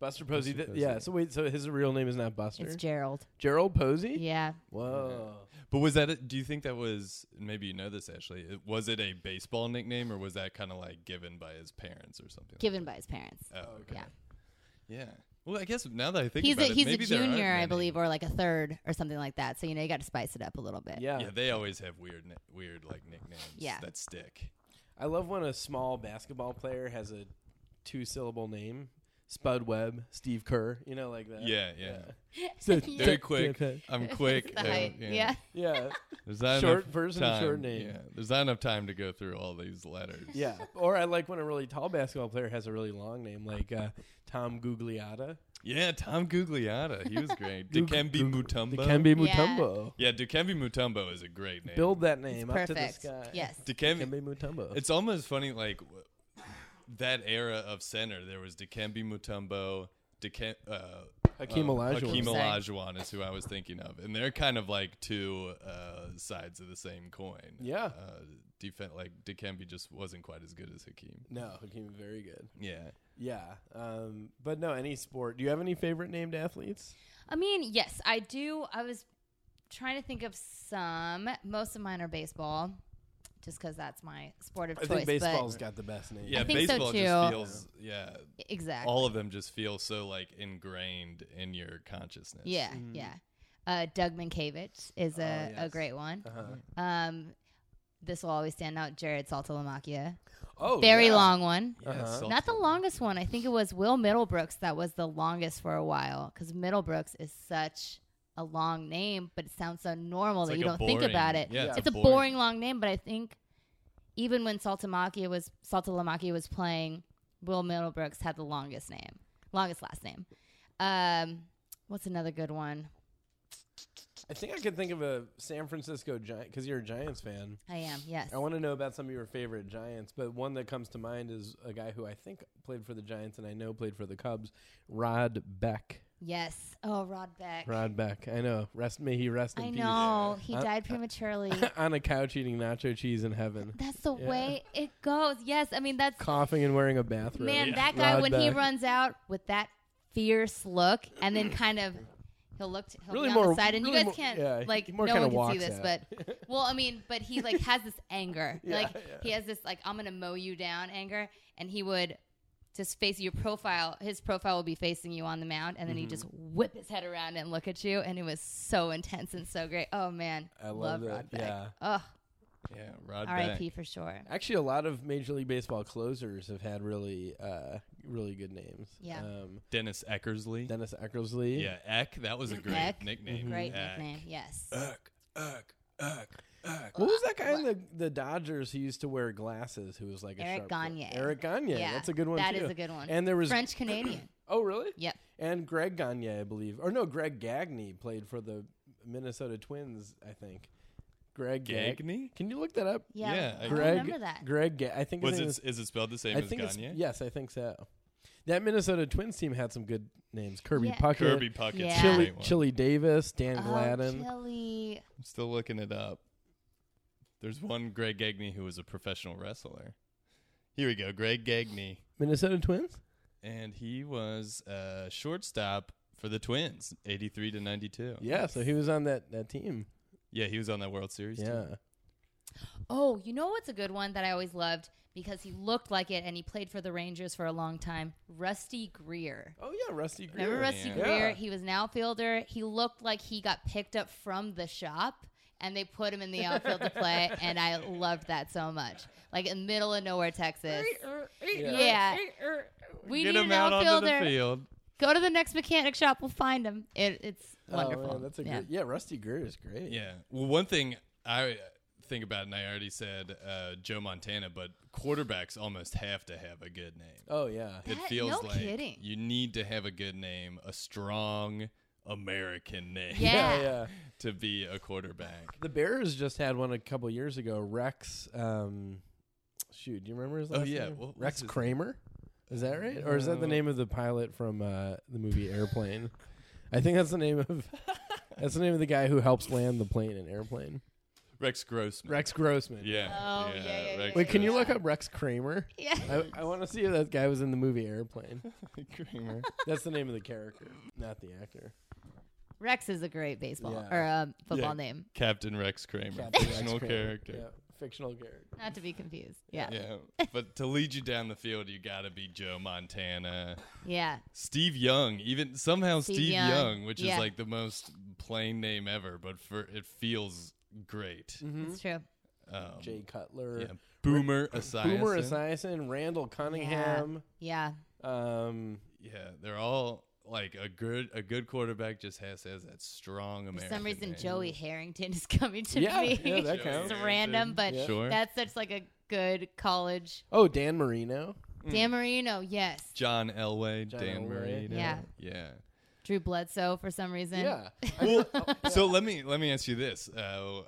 S4: Buster Posey.
S2: Buster
S4: th- Yeah.
S2: Posey.
S4: So wait. So his real name is not Buster.
S3: It's Gerald.
S4: Gerald Posey.
S3: Yeah.
S4: Whoa.
S2: But was that? A, do you think that was? Maybe you know this actually. It- Was it a baseball nickname, or was that kind of like given by his parents or something?
S3: Given by his parents.
S2: Oh, okay.
S3: Yeah.
S2: Yeah. Well, I guess now that I think
S3: He's
S2: about
S3: a
S2: it,
S3: he's a
S2: maybe there aren't
S3: junior, I
S2: many.
S3: believe, or like a third or something like that. So you know you got to spice it up a little bit. [LAUGHS]
S4: Yeah.
S2: Yeah, they always have weird, ni- weird like nicknames.
S3: Yeah.
S2: That stick.
S4: I love when a small basketball player has a two syllable name. Spud Webb, Steve Kerr, you know, like that.
S2: Yeah, yeah.
S4: So-
S2: Very quick.
S4: Yeah.
S2: I'm quick.
S3: [LAUGHS] The
S2: uh,
S3: height. yeah.
S4: Yeah.
S2: There's not
S4: Short
S2: enough
S4: version of short
S2: time-
S4: name.
S2: Yeah. There's not enough time to go through all these letters.
S4: Yeah. Or I like when a really tall basketball player has a really long name, like uh, Tom Gugliotta.
S2: Yeah. Tom Gugliotta. He was
S4: [LAUGHS]
S2: great. Dikembe Mutombo.
S4: Dikembe
S3: Yeah.
S4: Mutombo.
S2: Yeah. Dikembe Mutombo is a great name.
S4: Build that name up to the
S3: Perfect.
S4: sky.
S3: Yes.
S2: Dikembe
S4: Dikembe Mutombo.
S2: It's almost funny, like w- that era of center. There was Dikembe Mutombo, Dike, uh,
S4: Hakeem
S2: um,
S4: Olajuwon.
S2: Hakeem
S3: Sorry.
S2: Olajuwon is who I was thinking of, and they're kind of like two uh, sides of the same coin.
S4: Yeah.
S2: uh, defense like Dikembe just wasn't quite as good as Hakeem.
S4: no, Hakeem, very good.
S2: Yeah,
S4: Yeah. Um, but no, any sport. Do you have any favorite named athletes?
S3: I mean, yes, I do. I was trying to think of some. Most of mine are baseball, just because that's my sport of
S4: I
S3: choice.
S4: think baseball's got the best name.
S2: yeah.
S3: think so,
S2: baseball
S3: too.
S2: just feels yeah.
S3: but exactly.
S2: All of them just feel so like ingrained in your consciousness.
S3: yeah, yeah. Uh, Doug Minkiewicz is a,
S4: Mm. Oh, yes.
S3: a great one.
S4: Uh-huh.
S3: Um, this will always stand out. Jared Saltalamacchia,
S4: Oh,
S3: very
S4: yeah.
S3: long one.
S2: Yeah,
S4: Uh-huh.
S2: so-
S3: Not the longest one. I think it was Will Middlebrooks that was the longest for a while because Middlebrooks is such a long name, but it sounds so normal
S2: it's
S3: that
S2: like
S3: you
S2: a
S3: don't think about
S2: boring-
S3: it.
S2: Yeah,
S3: it's a boring. long name, but I think even when Saltamachia was Saltalamacchia was playing, Will Middlebrooks had the longest name, longest last name. Um, what's another good one?
S4: I I think I can think of a San Francisco Giant because you're a Giants fan.
S3: I am. Yes.
S4: I want to know about some of your favorite Giants, but one that comes to mind is a guy who I think played for the Giants and I know played for the Cubs, Rod Beck.
S3: yes. Oh, Rod Beck.
S4: Rod Beck. I know. Rest may he rest in
S3: I
S4: peace.
S3: know he
S4: Uh,
S3: died prematurely.
S4: [LAUGHS] On a couch eating nacho cheese in heaven,
S3: that's the
S4: Yeah.
S3: way it goes. Yes. I mean that's
S4: coughing and wearing a bathrobe.
S3: man.
S2: Yeah.
S3: That guy
S4: Rod
S3: when he
S4: Beck.
S3: runs out with that fierce look, and then kind of he'll look t- he'll
S4: Really
S3: be on
S4: more-
S3: the side, and
S4: really
S3: you
S4: more-
S3: guys can't
S4: yeah,
S3: like
S4: he more
S3: no
S4: kinda
S3: one can see
S4: walks
S3: this,
S4: out. [LAUGHS]
S3: but well, I mean, but he like has this anger,
S4: Yeah,
S3: like
S4: yeah.
S3: he has this like I'm gonna mow you down anger, and he would. Just face your profile. His profile will be facing you on the mound, and then
S4: Mm-hmm.
S3: he just whip his head around and look at you. And it was so intense and so great. Oh man,
S4: I love that.
S3: Rod Beck.
S4: Yeah.
S3: Oh,
S2: Yeah, Rod Beck.
S3: R.I.P. for sure.
S4: Actually, a lot of Major League Baseball closers have had really, uh, really good names.
S3: Yeah.
S4: Um,
S2: Dennis Eckersley.
S4: Dennis Eckersley.
S2: yeah, Eck. That was a great
S3: Eck.
S2: nickname.
S3: Great
S2: Eck.
S3: nickname. Yes.
S2: Eck, Eck, Eck, Eck.
S4: What was that guy in the, the Dodgers who used to wear glasses who was like a
S3: Eric
S4: sharp player?
S3: Gagne.
S4: Eric Gagne.
S3: Yeah,
S4: That's a good one
S3: That
S4: too.
S3: is a good one.
S4: And there was
S3: French
S2: [CLEARS THROAT]
S3: Canadian.
S4: Oh, really?
S3: Yep.
S4: And Greg Gagne, I believe. Or no, Greg Gagne played for the Minnesota Twins, I think. Greg Gag-
S2: Gagne?
S4: Can you look that up?
S3: Yeah.
S2: Yeah, I
S3: I
S4: Greg
S3: remember that.
S4: Greg Ga- I think his
S2: Was
S4: name
S2: it,
S4: is-
S2: is it spelled the same
S4: I
S2: as
S4: think it's-
S2: Gagne?
S4: Yes, I think so. That Minnesota Twins team had some good names. Kirby
S3: Yeah.
S4: Puckett,
S2: Kirby Puckett's
S3: Yeah.
S2: a
S4: Chili
S2: great one.
S4: Chili Davis, Dan
S3: Oh,
S4: Gladden.
S3: Chili.
S2: I'm still looking it up. There's one Greg Gagne who was a professional wrestler. Here we go, Greg Gagne,
S4: Minnesota Twins?
S2: and he was a shortstop for the Twins, 83 to 92.
S4: Yeah, so he was on that, that team.
S2: Yeah, he was on that World Series.
S4: Yeah.
S2: team.
S3: Oh, you know what's a good one that I always loved because he looked like it and he played for the Rangers for a long time. Rusty Greer.
S4: Oh yeah, Rusty Greer.
S3: Remember Rusty
S2: Yeah.
S3: Greer?
S4: Yeah.
S3: He was an outfielder. He looked like he got picked up from the shop and they put him in the outfield
S2: [LAUGHS]
S3: to play and I loved that so much. Like in middle of nowhere, Texas. Yeah. We
S2: Get
S3: need
S2: him
S3: an
S2: out onto the
S3: outfielder.
S2: field.
S3: Go to the next mechanic shop. We'll find him. It, it's
S4: Oh,
S3: wonderful.
S4: man, that's a
S3: yeah.
S4: good. Yeah, Rusty Greer is great.
S2: Yeah. Well, one thing I think about, and I already said uh, Joe Montana, but quarterbacks almost have to have a good name.
S4: Oh yeah.
S2: it
S3: That-
S2: feels
S3: no
S2: like
S3: kidding.
S2: you need to have a good name, a strong American name
S3: Yeah.
S2: to be a quarterback.
S4: The Bears just had one a couple years ago. Rex. Um, shoot, do you remember his
S2: Oh,
S4: last
S2: yeah,
S4: name? Uh,
S2: what was
S4: Rex
S2: his-
S4: Kramer. Is that right, or is that the name of the pilot from uh, the movie Airplane? I think that's the name
S3: [LAUGHS]
S4: of that's the name of the guy who helps land the plane in Airplane.
S2: Rex Grossman.
S4: Rex Grossman.
S2: Yeah.
S3: Oh, yeah, yeah,
S2: Rex
S3: yeah,
S4: Wait, can you look
S2: Grossman.
S4: up Rex Kramer?
S3: Yeah.
S4: I, I want to see if that guy was in the movie Airplane. [LAUGHS]
S2: Kramer?
S4: That's the name of the character, not the actor.
S3: Rex is a great baseball
S4: Yeah.
S3: or um, football
S2: Yeah.
S3: name,
S2: Captain Rex Kramer,
S4: Captain Rex
S2: fictional
S4: Kramer. Yeah,
S2: character.
S4: fictional character.
S3: not to be confused. Yeah. Yeah.
S2: Yeah. but to lead you down the field, you got to be Joe Montana,
S3: Yeah.
S4: Mm-hmm.
S2: Steve Young, even somehow Steve,
S3: Steve
S2: Young,
S3: Young.
S2: which
S3: Yeah.
S2: is like the most plain name ever, but for it feels great.
S3: It's true.
S2: Um,
S4: Mm-hmm. Jay Cutler,
S2: yeah. Boomer Esiason.
S4: Boomer Esiason, Randall Cunningham.
S3: Yeah.
S4: Um,
S2: Yeah, they're all like a good a good quarterback just has has that strong
S3: For
S2: American.
S3: some reason,
S2: name.
S3: Joey Harrington is [LAUGHS] coming to
S4: Yeah,
S3: me.
S4: yeah,
S2: [LAUGHS] Joey
S4: that counts.
S3: it's
S2: Harrington.
S3: random, but
S4: Yeah.
S2: Sure.
S3: that's such like a good college.
S4: oh, Dan Marino.
S3: Dan Marino, yes.
S2: John Elway,
S4: John
S2: Dan
S4: Elway.
S2: Marino.
S3: Yeah.
S4: [LAUGHS]
S2: yeah.
S3: Drew Bledsoe for some reason.
S4: Yeah.
S3: [LAUGHS]
S2: Well, so let me let me ask you this, uh,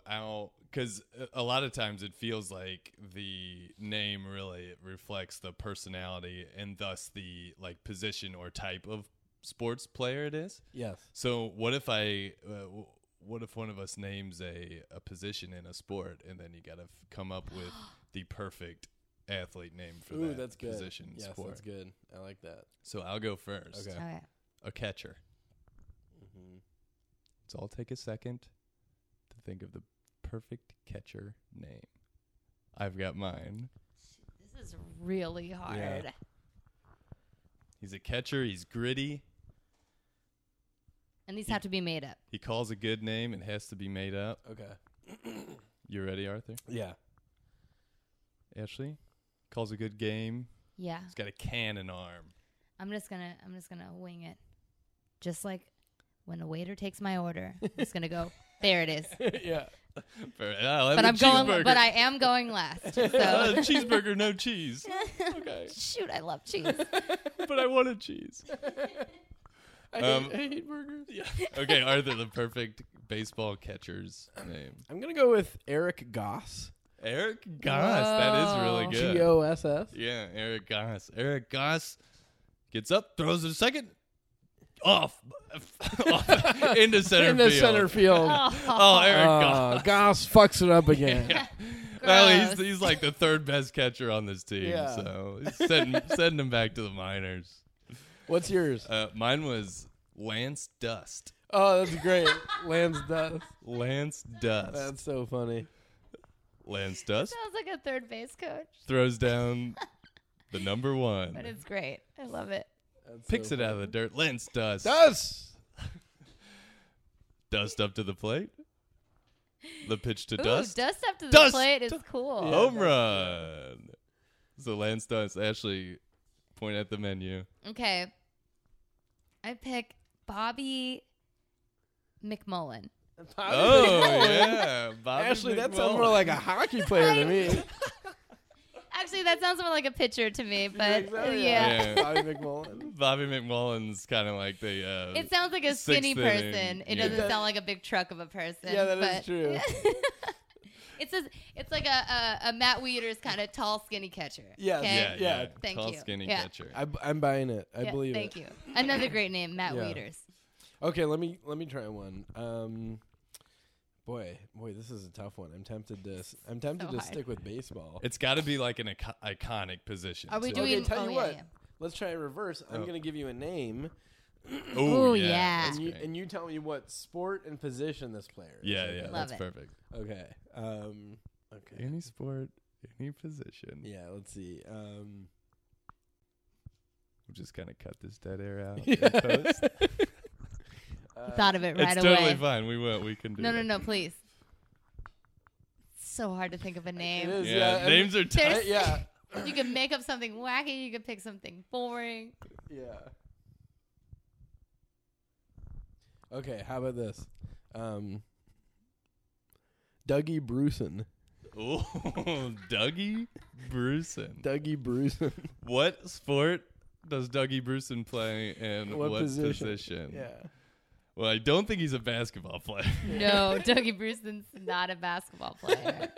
S2: because a lot of times it feels like the name really reflects the personality and thus the like position or type of sports player it is.
S4: yes.
S2: So what if I? Uh, w- what if one of us names a, a position in a sport, and then you got to f- come up with the perfect athlete name for
S4: Ooh,
S2: that
S4: that's good.
S2: position
S4: yes,
S2: sport?
S4: that's good. I like that.
S2: So I'll go first.
S4: Okay.
S3: Okay.
S2: A catcher. Mm-hmm.
S4: Mhm.
S2: So I'll take a second to think of the perfect catcher name. I've got mine.
S3: This is really hard.
S2: He's a catcher. He's gritty.
S3: And these have to be made up.
S2: He calls a good name. It has to be made up.
S4: Okay.
S2: You ready, Arthur?
S4: Yeah.
S2: Ashley calls a good game.
S3: Yeah.
S2: He's got a cannon arm. [LAUGHS]
S3: I'm just gonna I'm just gonna wing it. Just like when a waiter takes my order. I'm just gonna go, there it is.
S4: [LAUGHS] yeah.
S2: Fair- I'll have uh,
S3: But
S2: a
S3: I'm going
S2: cheeseburger.
S3: but I am going
S2: [LAUGHS]
S3: last.
S2: Uh,
S3: [LAUGHS] So
S2: cheeseburger, no
S3: [LAUGHS]
S2: cheese. Okay,
S3: shoot, I love [LAUGHS] cheese.
S2: but I wanted cheese.
S4: I,
S2: Um,
S4: hate, I hate burgers.
S2: Okay, Arthur, the perfect baseball catcher's name?
S4: [LAUGHS] I'm gonna go with Eric Goss.
S2: Eric Goss. That is really
S3: Whoa.
S2: good.
S4: G O S S.
S2: Yeah, Eric Goss. Eric Goss gets up, throws it a second, off, [LAUGHS] off
S4: [LAUGHS]
S2: into center
S4: In the
S2: field.
S4: center
S3: [LAUGHS]
S4: field.
S2: Oh, Eric
S4: Uh,
S2: Goss.
S4: Goss fucks it
S2: [LAUGHS]
S4: up again.
S2: Well, he's,
S3: Gross.
S2: he's like the third best catcher on this team,
S4: Oh, Yeah.
S2: so he's [LAUGHS] sending sending him back to the minors.
S4: What's yours?
S2: Uh, mine was Lance Dust.
S4: Oh, that's great. Lance Dust.
S2: Lance Dust.
S4: That's so funny.
S2: Lance Dust
S3: Sounds like a third base coach,
S2: throws down the number
S3: but
S2: one,
S3: it's great. I love it.
S4: That's
S2: picks
S4: so
S2: it out of the dirt. Lance Dust.
S4: Dust.
S2: Dust up to the plate. The pitch to
S3: Ooh,
S2: Dust.
S3: dust up to the
S2: Dust.
S3: plate is cool.
S4: Yeah.
S2: Home run. So Lance Dust. Ashley, point at the menu.
S3: Okay. I pick Bobby McMullen.
S4: [LAUGHS]
S2: Oh yeah, Bobby
S4: Ashley, that sounds
S2: McMullen.
S4: more like a hockey player
S3: [LAUGHS]
S4: to me.
S3: Actually, that sounds more like a pitcher to me, but yeah.
S4: Exactly.
S2: Yeah.
S4: Bobby McMullen.
S2: Bobby McMullen's kind of like the. Uh,
S3: It sounds like a skinny
S2: Sixth
S3: person.
S2: inning,
S3: It
S2: yeah.
S3: doesn't sound like a big truck of a person.
S4: Yeah, that is
S3: but
S4: true.
S3: [LAUGHS] it's a, it's like a, a, a Matt Wieters kind of tall, skinny catcher.
S4: Yes.
S3: okay?
S2: yeah, yeah,
S4: Yeah.
S3: Thank
S2: tall,
S3: you.
S2: skinny
S3: Yeah.
S2: catcher.
S4: I, I'm buying it. I
S3: Yeah,
S4: believe
S3: Thank
S4: it.
S3: you. Another great name, Matt
S4: Yeah.
S3: Wieters.
S4: Okay, let me let me try one. Um, boy, boy, this is a tough one. I'm tempted to s- I'm tempted
S3: So
S4: to
S3: hard.
S4: stick with baseball.
S2: It's got to be like an ico- iconic position.
S3: Are we
S2: too.
S3: doing-
S4: okay,
S3: oh,
S4: tell you
S3: yeah,
S4: what.
S3: yeah.
S4: Let's try it reverse. I'm
S2: Oh.
S4: going to give you a name,
S2: Oh
S3: Ooh,
S2: yeah.
S3: yeah.
S2: that's
S4: and you,
S2: great.
S4: and you tell me what sport and position this player is.
S2: yeah,
S4: okay?
S2: yeah,
S3: Love
S2: that's
S3: it.
S2: perfect.
S4: Okay. Um, okay.
S2: Any sport, any position.
S4: Yeah. Let's see. Um,
S2: We'll just kind of cut this dead air
S4: [LAUGHS]
S2: out. in post.
S4: uh,
S3: Thought of it right
S2: it's
S3: away.
S2: totally fine. We will. We can do.
S3: No, no,
S2: it.
S3: no, please. It's so hard to think of a name.
S4: is.
S2: Yeah,
S4: Yeah, and-
S2: names are
S4: I-
S2: tight.
S3: There's- [LAUGHS]
S4: yeah.
S3: You could make up something wacky. You could pick something boring.
S4: Yeah. Okay. How about this? Um, Dougie Bruson.
S2: Oh, [LAUGHS] Dougie Brewson.
S3: [LAUGHS]
S4: Dougie Bruson.
S2: What sport does Dougie Brewson play, and what,
S4: What position?
S2: position? Well, I don't think he's a basketball player. [LAUGHS]
S4: [LAUGHS]
S3: No, Dougie Brewston's not a basketball player.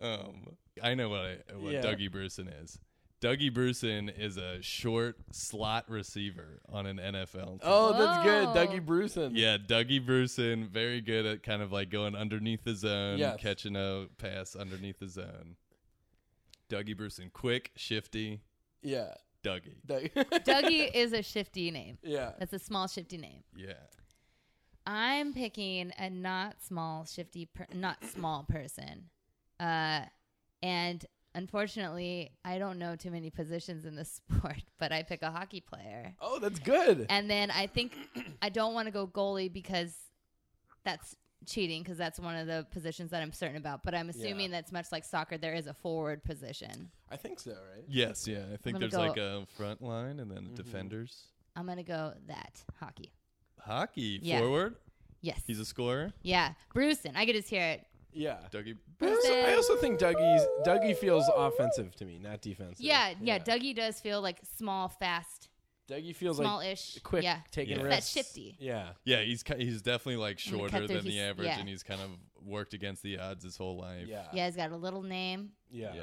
S2: Um, I know what I, what
S4: Yeah.
S2: Dougie Brewson is. Dougie Brewson is a short slot receiver on an NFL team.
S4: Oh, that's good.
S3: Whoa.
S4: Dougie Bruson.
S2: Yeah, Dougie Brewson, very good at kind of like going underneath the zone,
S4: Yes.
S2: catching a pass underneath the zone. Dougie Brewson, quick, shifty,
S4: Yeah.
S2: Dougie.
S4: Doug-
S3: Dougie is a shifty name.
S4: [LAUGHS] yeah.
S3: That's a small shifty name.
S2: Yeah.
S3: I'm picking a not small shifty, per- not small person, uh, and unfortunately, I don't know too many positions in the [LAUGHS] sport. But I pick a hockey player,
S4: Oh, that's good.
S3: and then I think I don't want to go goalie because that's cheating because that's one of the positions that I'm certain about. But I'm assuming that's much like soccer. There is a forward position.
S4: I think so, right?
S2: Yes, yeah. I think
S3: gonna
S2: there's
S3: go-
S2: like a front line and then
S4: Mm-hmm.
S2: defenders.
S3: I'm gonna go that hockey.
S2: Hockey
S3: Yeah.
S2: forward.
S3: Yes.
S2: He's a scorer.
S3: yeah, Brewston. I could just hear it.
S4: Yeah.
S2: Dougie.
S4: I also, I
S3: Bruce.
S4: also think Dougie's Dougie feels offensive to me, not defensive.
S3: Yeah, yeah. Dougie does feel like small, fast,
S4: Dougie feels like
S3: smallish.
S4: quick,
S3: Yeah.
S4: taking
S2: Yeah.
S4: risks.
S3: That shifty.
S4: Yeah.
S2: Yeah, he's ki- he's definitely like
S3: gonna cut
S2: shorter
S3: through,
S2: than the
S3: he's-
S2: average,
S3: yeah.
S2: and he's kind of worked against the odds his whole life.
S4: Yeah.
S3: Yeah, he's got a little name,
S4: Yeah.
S2: yeah.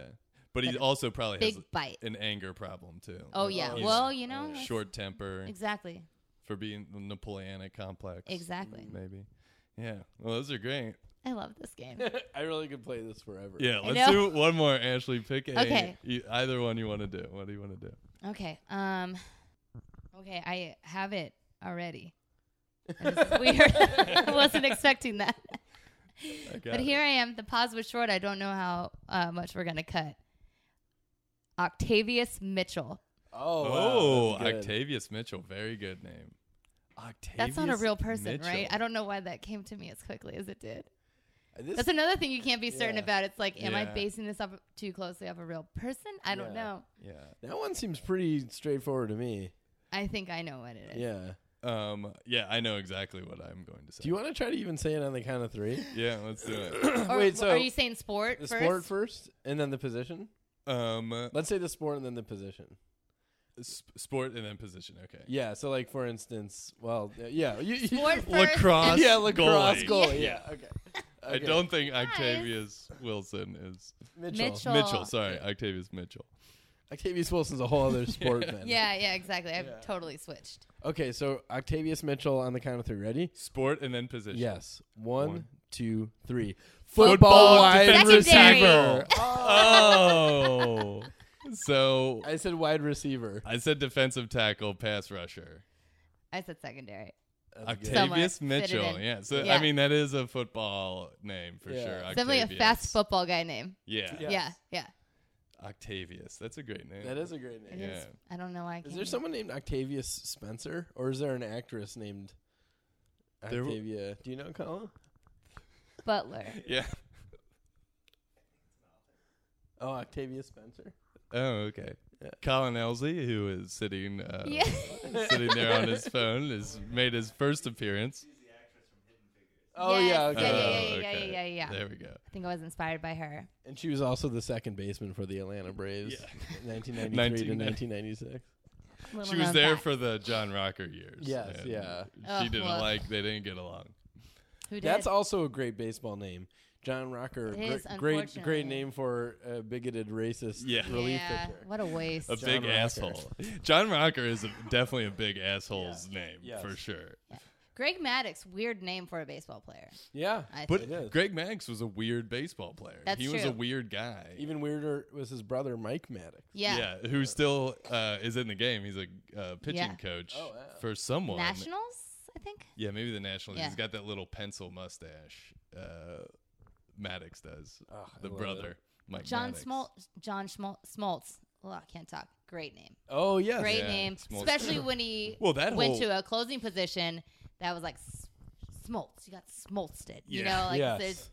S2: But he also probably
S3: big
S2: has
S3: bite.
S2: an anger problem too.
S3: Oh
S2: Like,
S3: yeah.
S2: he's
S3: Well, you know, that's-
S2: short temper
S3: Exactly.
S2: for being the Napoleonic complex.
S3: Exactly.
S2: Maybe. Yeah. Well, those are great.
S3: I love this game.
S4: [LAUGHS] I really could play this forever.
S2: Yeah.
S3: I
S2: Let's do
S3: know.
S2: one more. Ashley, pick a
S3: Okay.
S2: e- either one you want to do. What do you want to do?
S3: Okay. Um. Okay, I have it already. This is weird. [LAUGHS] I wasn't expecting that.
S2: I got
S3: But
S2: it.
S3: here I am. The pause was short. I don't know how uh, much we're gonna cut. Octavius Mitchell.
S4: Oh.
S2: Oh,
S4: wow, that's good.
S2: Octavius Mitchell, very good name. Octavius.
S3: That's not a real person, right?
S2: Mitchell.
S3: I don't know why that came to me as quickly as it did.
S4: This-
S3: That's another thing you can't be certain
S4: Yeah.
S3: about. It's like, am I
S2: Yeah.
S3: basing this up too closely off a real person? I don't
S4: Yeah.
S3: know.
S2: Yeah.
S4: that one seems pretty straightforward to me.
S3: I think I know what it is.
S4: Yeah.
S2: Um. Yeah, I know exactly what I'm going to say.
S4: Do you want to try to even say it on the count of three?
S2: yeah, let's do
S4: [COUGHS]
S2: it.
S3: [COUGHS] Or,
S4: Wait, so
S3: are you saying sport
S4: the
S3: first?
S4: sport first and then the position?
S2: Um.
S4: Let's say the sport and then the position.
S2: S- sport and then position. Okay.
S4: Yeah. So like for instance, well, uh, yeah, you, you-
S3: Sport first.
S2: [LAUGHS] Lacrosse.
S3: [LAUGHS]
S4: yeah, lacrosse
S2: goalie.
S4: goal. Yeah. Okay.
S2: I
S4: Okay.
S2: don't think
S3: Nice.
S2: Octavius Wilson is
S4: Mitchell.
S3: Mitchell.
S2: Mitchell. Sorry, Octavius Mitchell.
S4: Octavius Wilson's a whole [LAUGHS] other sport man.
S3: Yeah, yeah, exactly. I've
S4: Yeah.
S3: totally switched.
S4: Okay, so Octavius Mitchell on the count of three. Ready?
S2: Sport and then position.
S4: Yes.
S2: One.
S4: One, two, three.
S2: Football
S4: wide
S2: defensive
S3: Secondary.
S2: tackle.
S4: Oh. [LAUGHS]
S2: Oh. so
S4: I said wide receiver.
S2: I said defensive tackle, pass rusher.
S3: I said secondary.
S4: That's good.
S2: Octavius
S3: Somewhere. Fit it
S2: Mitchell.
S3: in.
S2: Yeah. So
S3: Yeah.
S2: I mean that is a football name for
S4: Yeah.
S2: sure.
S4: It's
S3: Definitely a
S2: Octavius.
S3: fast football guy name.
S2: Yeah.
S4: Yeah.
S3: Yeah,
S4: Yes.
S3: yeah.
S2: Octavius. That's a great name.
S4: That is a great name.
S3: It is.
S2: Yeah.
S3: I don't know why. I can't
S4: Is there someone named Octavius Spencer, or is there an actress named
S2: There w-
S4: Octavia? Do you know Colin?
S3: Butler?
S2: Yeah.
S4: Oh, Octavia Spencer.
S2: Oh, okay.
S4: Yeah.
S2: Colin Elsie, who is sitting
S3: [LAUGHS]
S2: uh,
S3: yeah.
S2: [LAUGHS] sitting there on his phone, has made his first appearance.
S4: Oh
S3: Yes,
S4: yeah, okay.
S3: yeah, yeah,
S2: Oh,
S3: yeah, yeah,
S2: okay.
S3: yeah, yeah, yeah.
S2: There we go.
S3: I think I was inspired by her.
S4: And she was also the second baseman for the Atlanta Braves,
S2: Yeah.
S4: [LAUGHS] 1993 to
S2: 1990.
S4: 1996.
S3: Little
S2: She was
S3: known
S2: there
S3: fact.
S2: for the John Rocker years.
S4: Yes,
S2: and
S4: yeah.
S2: She
S3: Ugh,
S2: didn't
S3: Oh, well.
S2: like. They didn't get along.
S3: Who did?
S4: That's also a great baseball name. John Rocker,
S3: It
S4: great,
S3: is,
S4: great,
S3: unfortunately.
S4: great name for a bigoted racist
S2: Yeah.
S4: relief
S3: yeah.
S4: pitcher.
S3: What a waste.
S2: A
S4: John
S2: big
S4: Rocker.
S2: asshole. John Rocker is a, definitely a big asshole's name
S4: Yes.
S2: for sure.
S3: Greg Maddox, weird name for a baseball player.
S4: Yeah,
S3: I think.
S2: But
S4: It is.
S2: Greg Max was a weird baseball player.
S3: That's
S2: he was a
S3: true.
S2: weird guy.
S4: even weirder was his brother Mike Maddox.
S3: yeah.
S2: who still uh, is in the game. He's a uh, pitching
S3: Yeah.
S2: coach
S4: Oh, wow.
S2: for someone.
S3: Nationals, I think.
S2: Yeah, maybe the Nationals.
S3: Yeah.
S2: He's got that little pencil mustache. Uh, Maddox does.
S4: Oh, I
S2: the
S4: love
S2: brother, Mike
S3: John
S2: Maddox.
S3: Smol- John Schmol- Smoltz. Well, I can't talk. Great name.
S4: Oh yes,
S3: Great
S2: Yeah,
S3: name.
S2: Smoltz.
S3: [LAUGHS] Especially when he
S2: [LAUGHS] Well, that
S3: went
S2: whole-
S3: to a closing position that was like S- Smoltz. You got Smoltzed. You
S2: Yeah.
S3: know, like
S4: Yes.
S3: there's-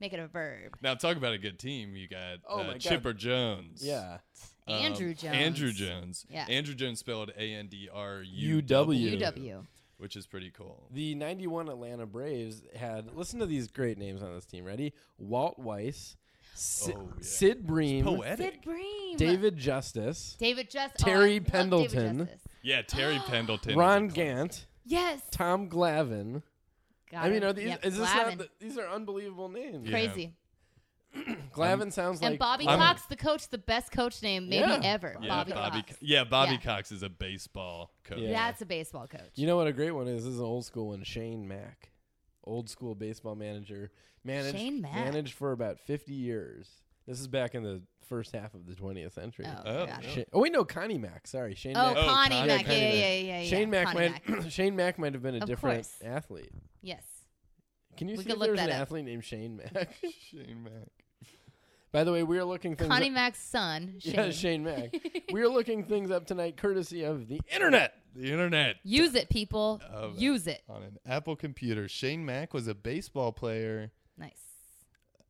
S3: make it a verb.
S2: Now talk about a good team. You got
S4: Oh my
S2: uh,
S4: God.
S2: Chipper Jones.
S4: Yeah,
S2: Um,
S3: Andrew Jones.
S2: Andrew Jones.
S3: Yeah.
S2: Andrew Jones spelled A N D R U
S4: UW.
S3: UW.
S2: which is pretty cool.
S4: the '91 Atlanta Braves had. Listen to these great names on this team. Ready? Walt Weiss, Si-
S2: Oh, yeah.
S4: Sid Bream,
S3: Sid
S2: Poetic.
S3: Bream.
S4: David Justice,
S3: David Justice.
S4: Terry Pendleton.
S2: Yeah,
S3: [GASPS]
S2: Terry Pendleton. is a
S4: Ron
S2: classic.
S4: Gant,
S3: Yes.
S4: Tom Glavin.
S3: Got
S4: I mean,
S3: him.
S4: are these?
S3: Yep,
S4: Is this
S3: Glavin.
S4: not? The, these are unbelievable names.
S2: Yeah.
S3: crazy?
S4: Glavin sounds like
S3: and Bobby
S2: I'm-
S3: Cox, the coach, the best coach name maybe
S4: Yeah.
S3: ever.
S2: Yeah,
S3: Bobby, Cox.
S2: Co- yeah, Bobby
S3: Yeah.
S2: Cox is a baseball coach.
S4: Yeah.
S3: That's a baseball coach.
S4: You know what a great one is? This is an old school one. Shane Mack, old school baseball manager, managed
S3: Shane Mack.
S4: managed for about fifty years. This is back in the first half of the twentieth century.
S3: Oh,
S2: Oh,
S3: gosh.
S2: yeah.
S4: Sha- oh wait, no, Connie Mack. Sorry, Shane.
S3: Oh,
S4: Mack.
S2: Oh,
S3: Connie
S2: Connie Mack.
S3: Mack. Yeah, yeah, yeah, yeah, yeah.
S4: Shane Mack
S3: Connie
S4: might. [CLEARS THROAT] Shane Mack might have been a
S3: Of
S4: different
S3: course.
S4: athlete.
S3: Yes.
S4: [LAUGHS] Can you
S3: We
S4: see
S3: could
S4: if
S3: look
S4: there's
S3: that
S4: an
S3: up.
S4: athlete named [LAUGHS] Shane Mack?
S2: Shane Mack.
S4: By the way, we are looking things.
S3: Connie
S4: up-
S3: Mack's son, Shane.
S4: [LAUGHS] Yeah, Shane Mack. we are looking things up tonight, courtesy of the internet.
S2: The internet.
S3: Use it, people.
S2: [LAUGHS] Oh, man.
S3: Use it.
S2: On an Apple computer, Shane Mack was a baseball player,
S3: Nice.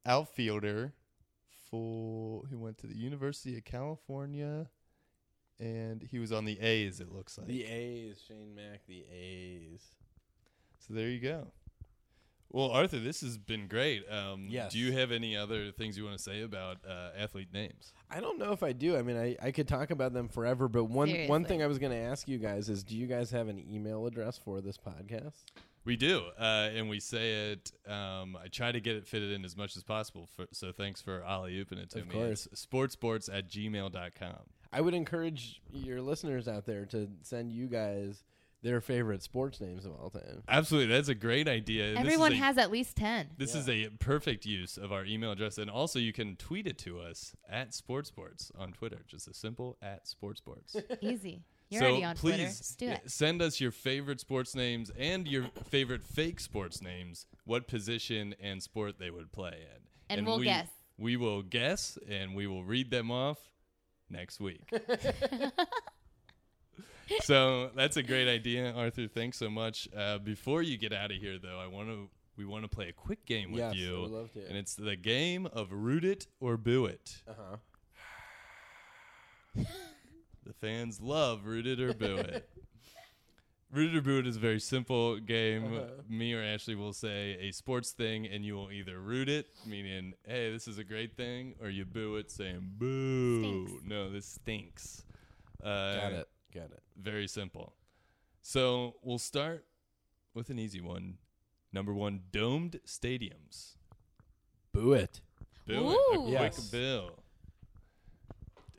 S2: outfielder, for who went to the University of California, and he was on the A's. It looks like.
S4: The A's, Shane Mack. The A's.
S2: So there you go. Well, Arthur, this has been great. Um,
S4: Yes.
S2: Do you have any other things you want to say about uh, athlete names?
S4: I don't know if I do. I mean, I, I could talk about them forever, but one one
S3: Seriously.
S4: thing I was going to ask you guys is, do you guys have an email address for this podcast?
S2: We do, uh, and we say it. Um, I try to get it fitted in as much as possible. For, so thanks for Ollie ooping it to
S4: Of
S2: me.
S4: course.
S2: It's sportsports at gmail.com.
S4: I would encourage your listeners out there to send you guys their favorite sports names of all time.
S2: Absolutely. That's a great idea. and this is
S3: Everyone
S2: a-
S3: has at least 10.
S2: [LAUGHS] This is a perfect use of our email address. And also, you can tweet it to us at Sportsports on Twitter. Just a simple at Sportsports.
S3: Easy. You're
S2: so
S3: already on
S2: please
S3: Twitter. Just do
S2: yeah,
S3: it.
S2: send us your favorite sports names and your favorite fake sports names, what position and sport they would play in.
S3: And we'll
S2: we,
S3: guess.
S2: We will guess and we will read them off next
S3: [LAUGHS]
S2: week. so that's a great idea, Arthur. Thanks so much. Uh, before you get out of here, though, I want to we want to play a quick game with
S4: Yes, I
S2: you,
S4: would love to.
S2: and it's the game of root it or boo it.
S4: Uh huh.
S2: [SIGHS] The fans love Root It or Boo
S4: [LAUGHS]
S2: It. Root It or Boo It is a very simple game.
S4: Uh-huh.
S2: Me or Ashley will say a sports thing, and you will either root it, meaning, hey, this is a great thing, or you boo it, saying, boo.
S3: Stinks.
S2: No, this stinks. Uh,
S4: Got it. Got it.
S2: Very simple. So we'll start with an easy one. Number one, domed stadiums.
S4: Boo it.
S2: Bill, a
S3: Ooh.
S2: quick
S4: Yes.
S2: bill.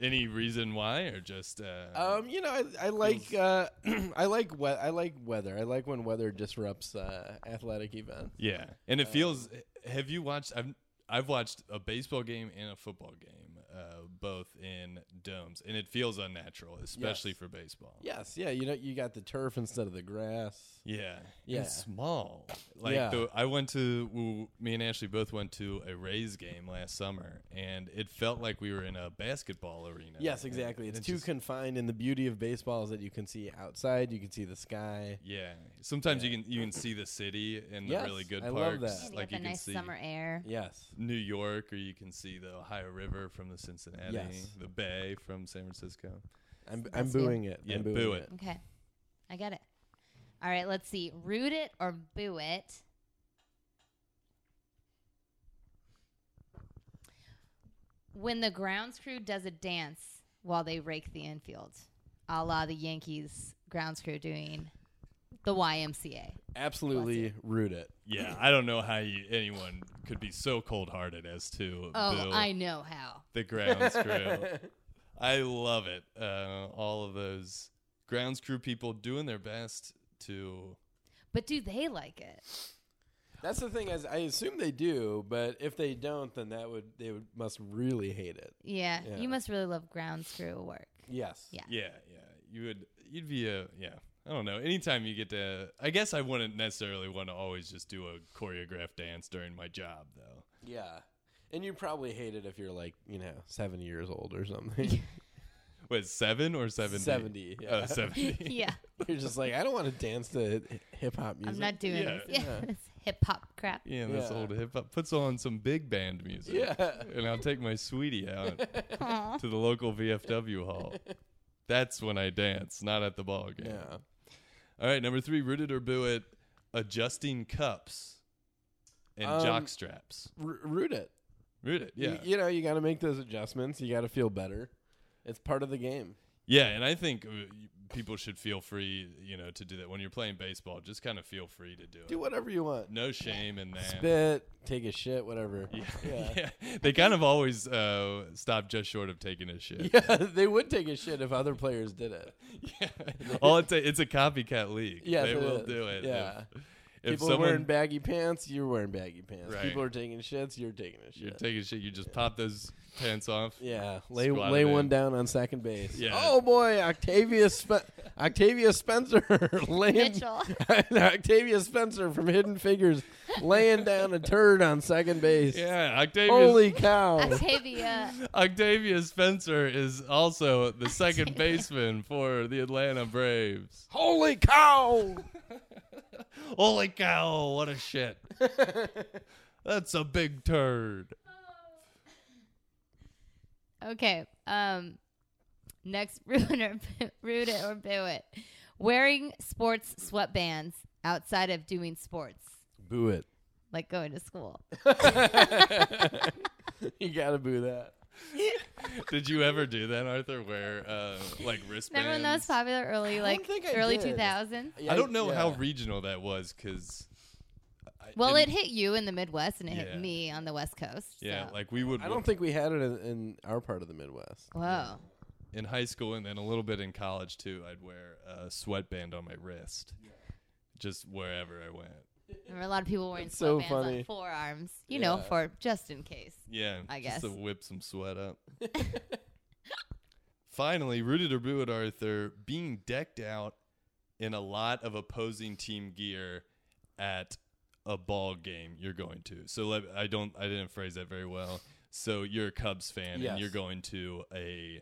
S2: Any reason why, or just uh,
S4: Um, you know, I, I like uh, [CLEARS THROAT] I like we- I like weather. I like when weather disrupts uh, athletic events.
S2: yeah? And
S4: uh,
S2: it feels. Have you watched? I've I've watched a baseball game and a football game, uh, both in domes, and it feels unnatural, especially
S4: Yes.
S2: for baseball.
S4: Yes, yeah, you know, you got the turf instead of the grass.
S2: Yeah.
S4: Yeah.
S2: It's small. Like
S4: Yeah.
S2: the, I went to w- me and Ashley both went to a Rays game last summer and it felt like we were in a basketball arena.
S4: Yes,
S2: And
S4: exactly. It's
S2: it
S4: too
S2: just-
S4: confined, and the beauty of baseball is that you can see outside, you can see the sky.
S2: yeah. Sometimes you can you can see the city and
S4: Yes,
S2: the really good
S4: I love
S2: parks.
S4: that.
S3: You
S2: Like
S3: get
S2: you
S3: the
S2: can
S3: nice
S2: see
S3: summer air.
S4: Yes,
S2: New York or you can see the Ohio River from the Cincinnati,
S4: Yes.
S2: the Bay from San Francisco.
S4: I'm I'm
S3: That's you.
S4: booing it.
S2: Yeah,
S4: I'm booing
S2: boo
S4: it.
S2: it.
S3: Okay, I get it. All right, let's see. Root it or boo it. When the grounds crew does a dance while they rake the infield, a la the Yankees grounds crew doing the YMCA.
S4: Absolutely root it.
S2: Yeah, I don't know how you, anyone could be so cold-hearted as to
S3: Oh,
S2: bill
S3: I know how.
S2: the grounds crew.
S4: [LAUGHS]
S2: I love it. Uh, all of those grounds crew people doing their best to.
S3: But do they like it?
S4: That's the thing, as I assume they do, but if they don't, then that would they would, must really hate it.
S3: Yeah,
S4: Yeah.
S3: you must really love grounds crew work.
S4: Yes.
S3: Yeah.
S2: Yeah, yeah. You would. You'd be a. Yeah. I don't know. Anytime you get to, I guess I wouldn't necessarily want to always just do a choreographed dance during my job, though.
S4: Yeah. And you probably hate it if you're like, you know, 70 years old or
S2: [LAUGHS]
S4: something. [LAUGHS]
S2: Wait, seven or seventy?
S4: 70. Yeah.
S2: Uh, [LAUGHS] seventy.
S3: [LAUGHS] yeah,
S4: [LAUGHS] You're just like, I don't want to dance to hi- hip hop music.
S3: I'm not doing
S2: Yeah.
S3: this. Yeah, [LAUGHS] it's hip hop crap.
S2: Yeah, this
S4: Yeah.
S2: old hip hop puts on some big band music.
S4: [LAUGHS] Yeah.
S2: and I'll take my sweetie out [LAUGHS]
S3: Aw.
S2: to the local VFW
S4: [LAUGHS]
S2: hall. That's when I dance, not at the ball game.
S4: Yeah.
S2: All right, number three, rooted or boo it, adjusting cups and
S4: Um,
S2: jock straps.
S4: R- root it.
S2: Root it,
S4: You-
S2: yeah.
S4: You, know, you got to make those adjustments. You got to feel better. It's part of the game.
S2: Yeah, and I think uh, y- people should feel free, you know, to do that. When you're playing baseball, just kind of feel free to do it.
S4: Do whatever you want.
S2: No shame in that.
S4: Spit, take a shit, whatever.
S2: [LAUGHS] Yeah.
S4: Yeah.
S2: [LAUGHS]
S4: [LAUGHS]
S2: yeah. They kind of always uh, stop just short of taking a shit.
S4: Yeah, they would take a shit if other players did it.
S2: Yeah. [LAUGHS] All it ta- it's a copycat league.
S4: Yeah,
S2: they
S4: it
S2: will
S4: is.
S2: do it.
S4: Yeah.
S2: If, if
S4: People are
S2: someone
S4: wearing baggy pants, you're wearing baggy pants.
S2: Right.
S4: People are taking shits, you're taking a shit.
S2: you're taking shit, you just pop those pants off.
S4: Yeah, lay
S2: Squatted
S4: lay
S2: in.
S4: one down on second base.
S2: Yeah.
S4: Oh boy, Octavia Spe- Octavia Spencer [LAUGHS] laying
S3: Mitchell.
S4: [LAUGHS] Octavia Spencer from Hidden Figures laying down a turd on second base.
S2: Yeah, Octavius. [LAUGHS]
S4: Holy cow!
S3: Octavia.
S2: Octavia Spencer is also the
S4: [LAUGHS]
S2: second baseman for the Atlanta Braves.
S4: Holy cow!
S2: Holy cow, what a [LAUGHS] shit. That's a big turd.
S3: Okay. Um, next, [LAUGHS] ruin or root it or boo it. Wearing sports sweatbands outside of doing sports,
S4: Boo it! [LAUGHS]
S3: like going to school.
S4: You gotta boo that.
S2: Did you ever do that, Arthur? Where, uh, like, wristbands?
S3: Remember when that was popular early, like
S4: think I
S3: early
S4: did.
S3: two thousand?
S4: Yeah,
S2: I don't know
S4: yeah.
S2: how regional that was because.
S3: Well, it hit you in the Midwest and it
S2: Yeah.
S3: hit me on the West Coast.
S2: Yeah,
S3: so-
S2: like we would
S4: I don't think we had it in, in our part of the Midwest.
S3: Whoa.
S2: in high school and then a little bit in college too. I'd wear a sweatband on my wrist, just wherever I went.
S3: Remember a lot of people wearing
S4: It's so
S3: sweatbands
S4: funny.
S3: on forearms, you know,
S4: Yeah.
S3: for just in case.
S2: Yeah,
S3: I
S2: just to
S3: guess.
S2: whip some sweat
S3: [LAUGHS]
S2: up. Finally, rooted or booted, Arthur being decked out in a lot of opposing team gear at a ball game you're going to. So let, I don't, I didn't phrase that very well. So you're a Cubs fan
S4: Yes.
S2: and you're going to a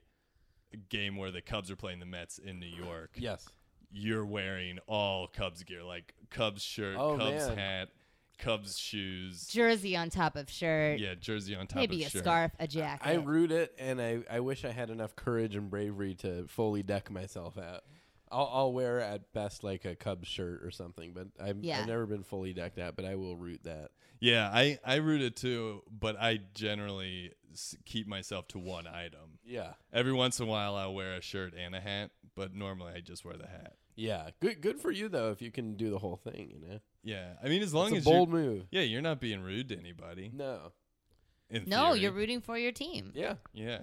S2: game where the Cubs are playing the Mets in New York.
S4: Yes.
S2: You're wearing all Cubs gear, like Cubs shirt,
S4: Oh,
S2: Cubs
S4: man.
S2: hat, Cubs shoes.
S3: Jersey on top of shirt,
S2: Yeah, jersey on top
S3: maybe
S2: of
S3: a
S2: shirt.
S3: scarf, a jacket.
S4: I root it, and I, I wish I had enough courage and bravery to fully deck myself out. I'll, I'll wear at best like a Cubs shirt or something, but I've,
S3: Yeah.
S4: I've never been fully decked out, but I will root that.
S2: Yeah, I I root it too, but I generally s- keep myself to one item.
S4: Yeah.
S2: Every once in a while, I'll wear a shirt and a hat, but normally I just wear the hat.
S4: Yeah. Good good for you though if you can do the whole thing, you know.
S2: Yeah, I mean, as long
S4: it's
S2: as
S4: a bold
S2: you're,
S4: move.
S2: yeah, you're not being rude to anybody.
S4: No.
S2: in
S3: No,
S2: theory.
S3: you're rooting for your team.
S4: Yeah.
S2: Yeah,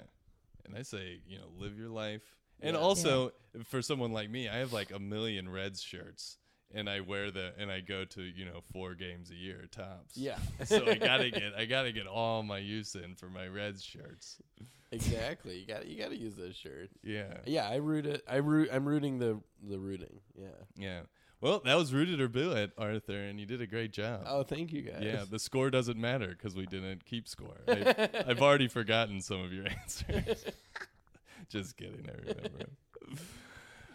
S2: and I say, you know, live your life. And
S4: Yeah.
S2: also, for someone like me, I have like a million Reds shirts, and I wear the and I go to you know four games a year tops. [LAUGHS]
S4: Yeah.
S2: so I
S4: [LAUGHS]
S2: gotta get I gotta get all my use in for my Reds shirts.
S4: exactly. You got to you got to use those shirts.
S2: Yeah,
S4: Yeah, I root it. I root. I'm rooting the the rooting. Yeah.
S2: yeah. Well, that was rooted or billet, Arthur, and you did a great job.
S4: Oh, thank you guys.
S2: yeah, the score doesn't matter because we didn't keep
S4: [LAUGHS]
S2: score. I, I've already forgotten some of your [LAUGHS] answers. Just kidding, I remember. 'em.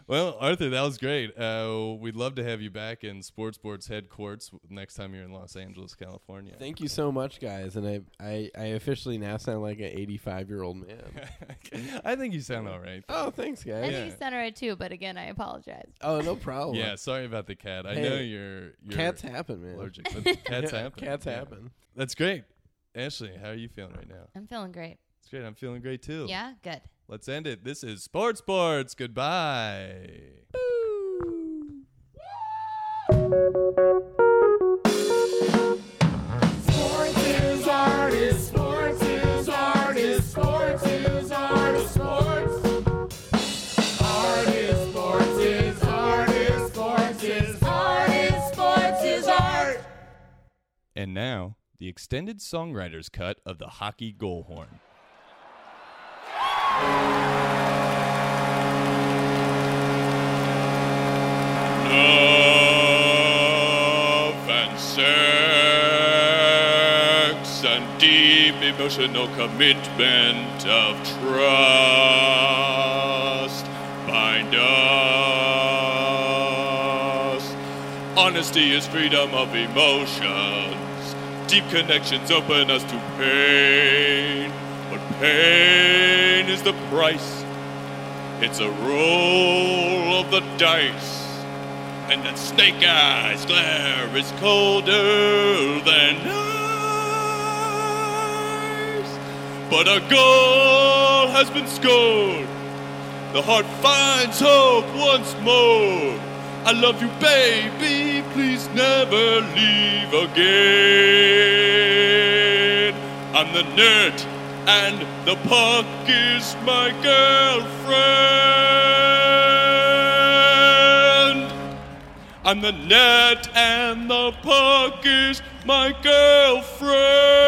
S2: well, Arthur, that was great. Uh, we'd love to have you back in Sports Board's headquarters next time you're in Los Angeles, California.
S4: Thank you so much, guys. And I, I, I officially now sound like an 85 year old man.
S2: [LAUGHS] I think you sound all right.
S4: oh, thanks,
S3: I
S2: Yeah.
S4: guys.
S3: think you sounded right too, but again, I apologize.
S4: Oh, no problem.
S2: Yeah, sorry about the cat. I
S4: Hey,
S2: know you're, you're
S4: Cats happen, man.
S2: allergic, but cats
S4: [LAUGHS] Yeah,
S2: happen.
S4: Cats
S2: Yeah.
S4: happen.
S2: That's great. Ashley, how are you feeling right now?
S3: I'm feeling great.
S2: It's great. I'm feeling great too.
S3: Yeah, good.
S2: Let's end it. This is Sports Boards. Goodbye. And now, the extended songwriter's cut of the hockey goal horn.
S5: love and sex and deep emotional commitment of trust bind us. Honesty is freedom of emotions. Deep connections open us to pain, but pain is the price. It's a roll of the dice. And that snake eyes glare is colder than ice. But a goal has been scored. The heart finds hope once more. I love you, baby. Please never leave again. I'm the nerd, and the puck is my girlfriend. I'm the net and the puck is my girlfriend.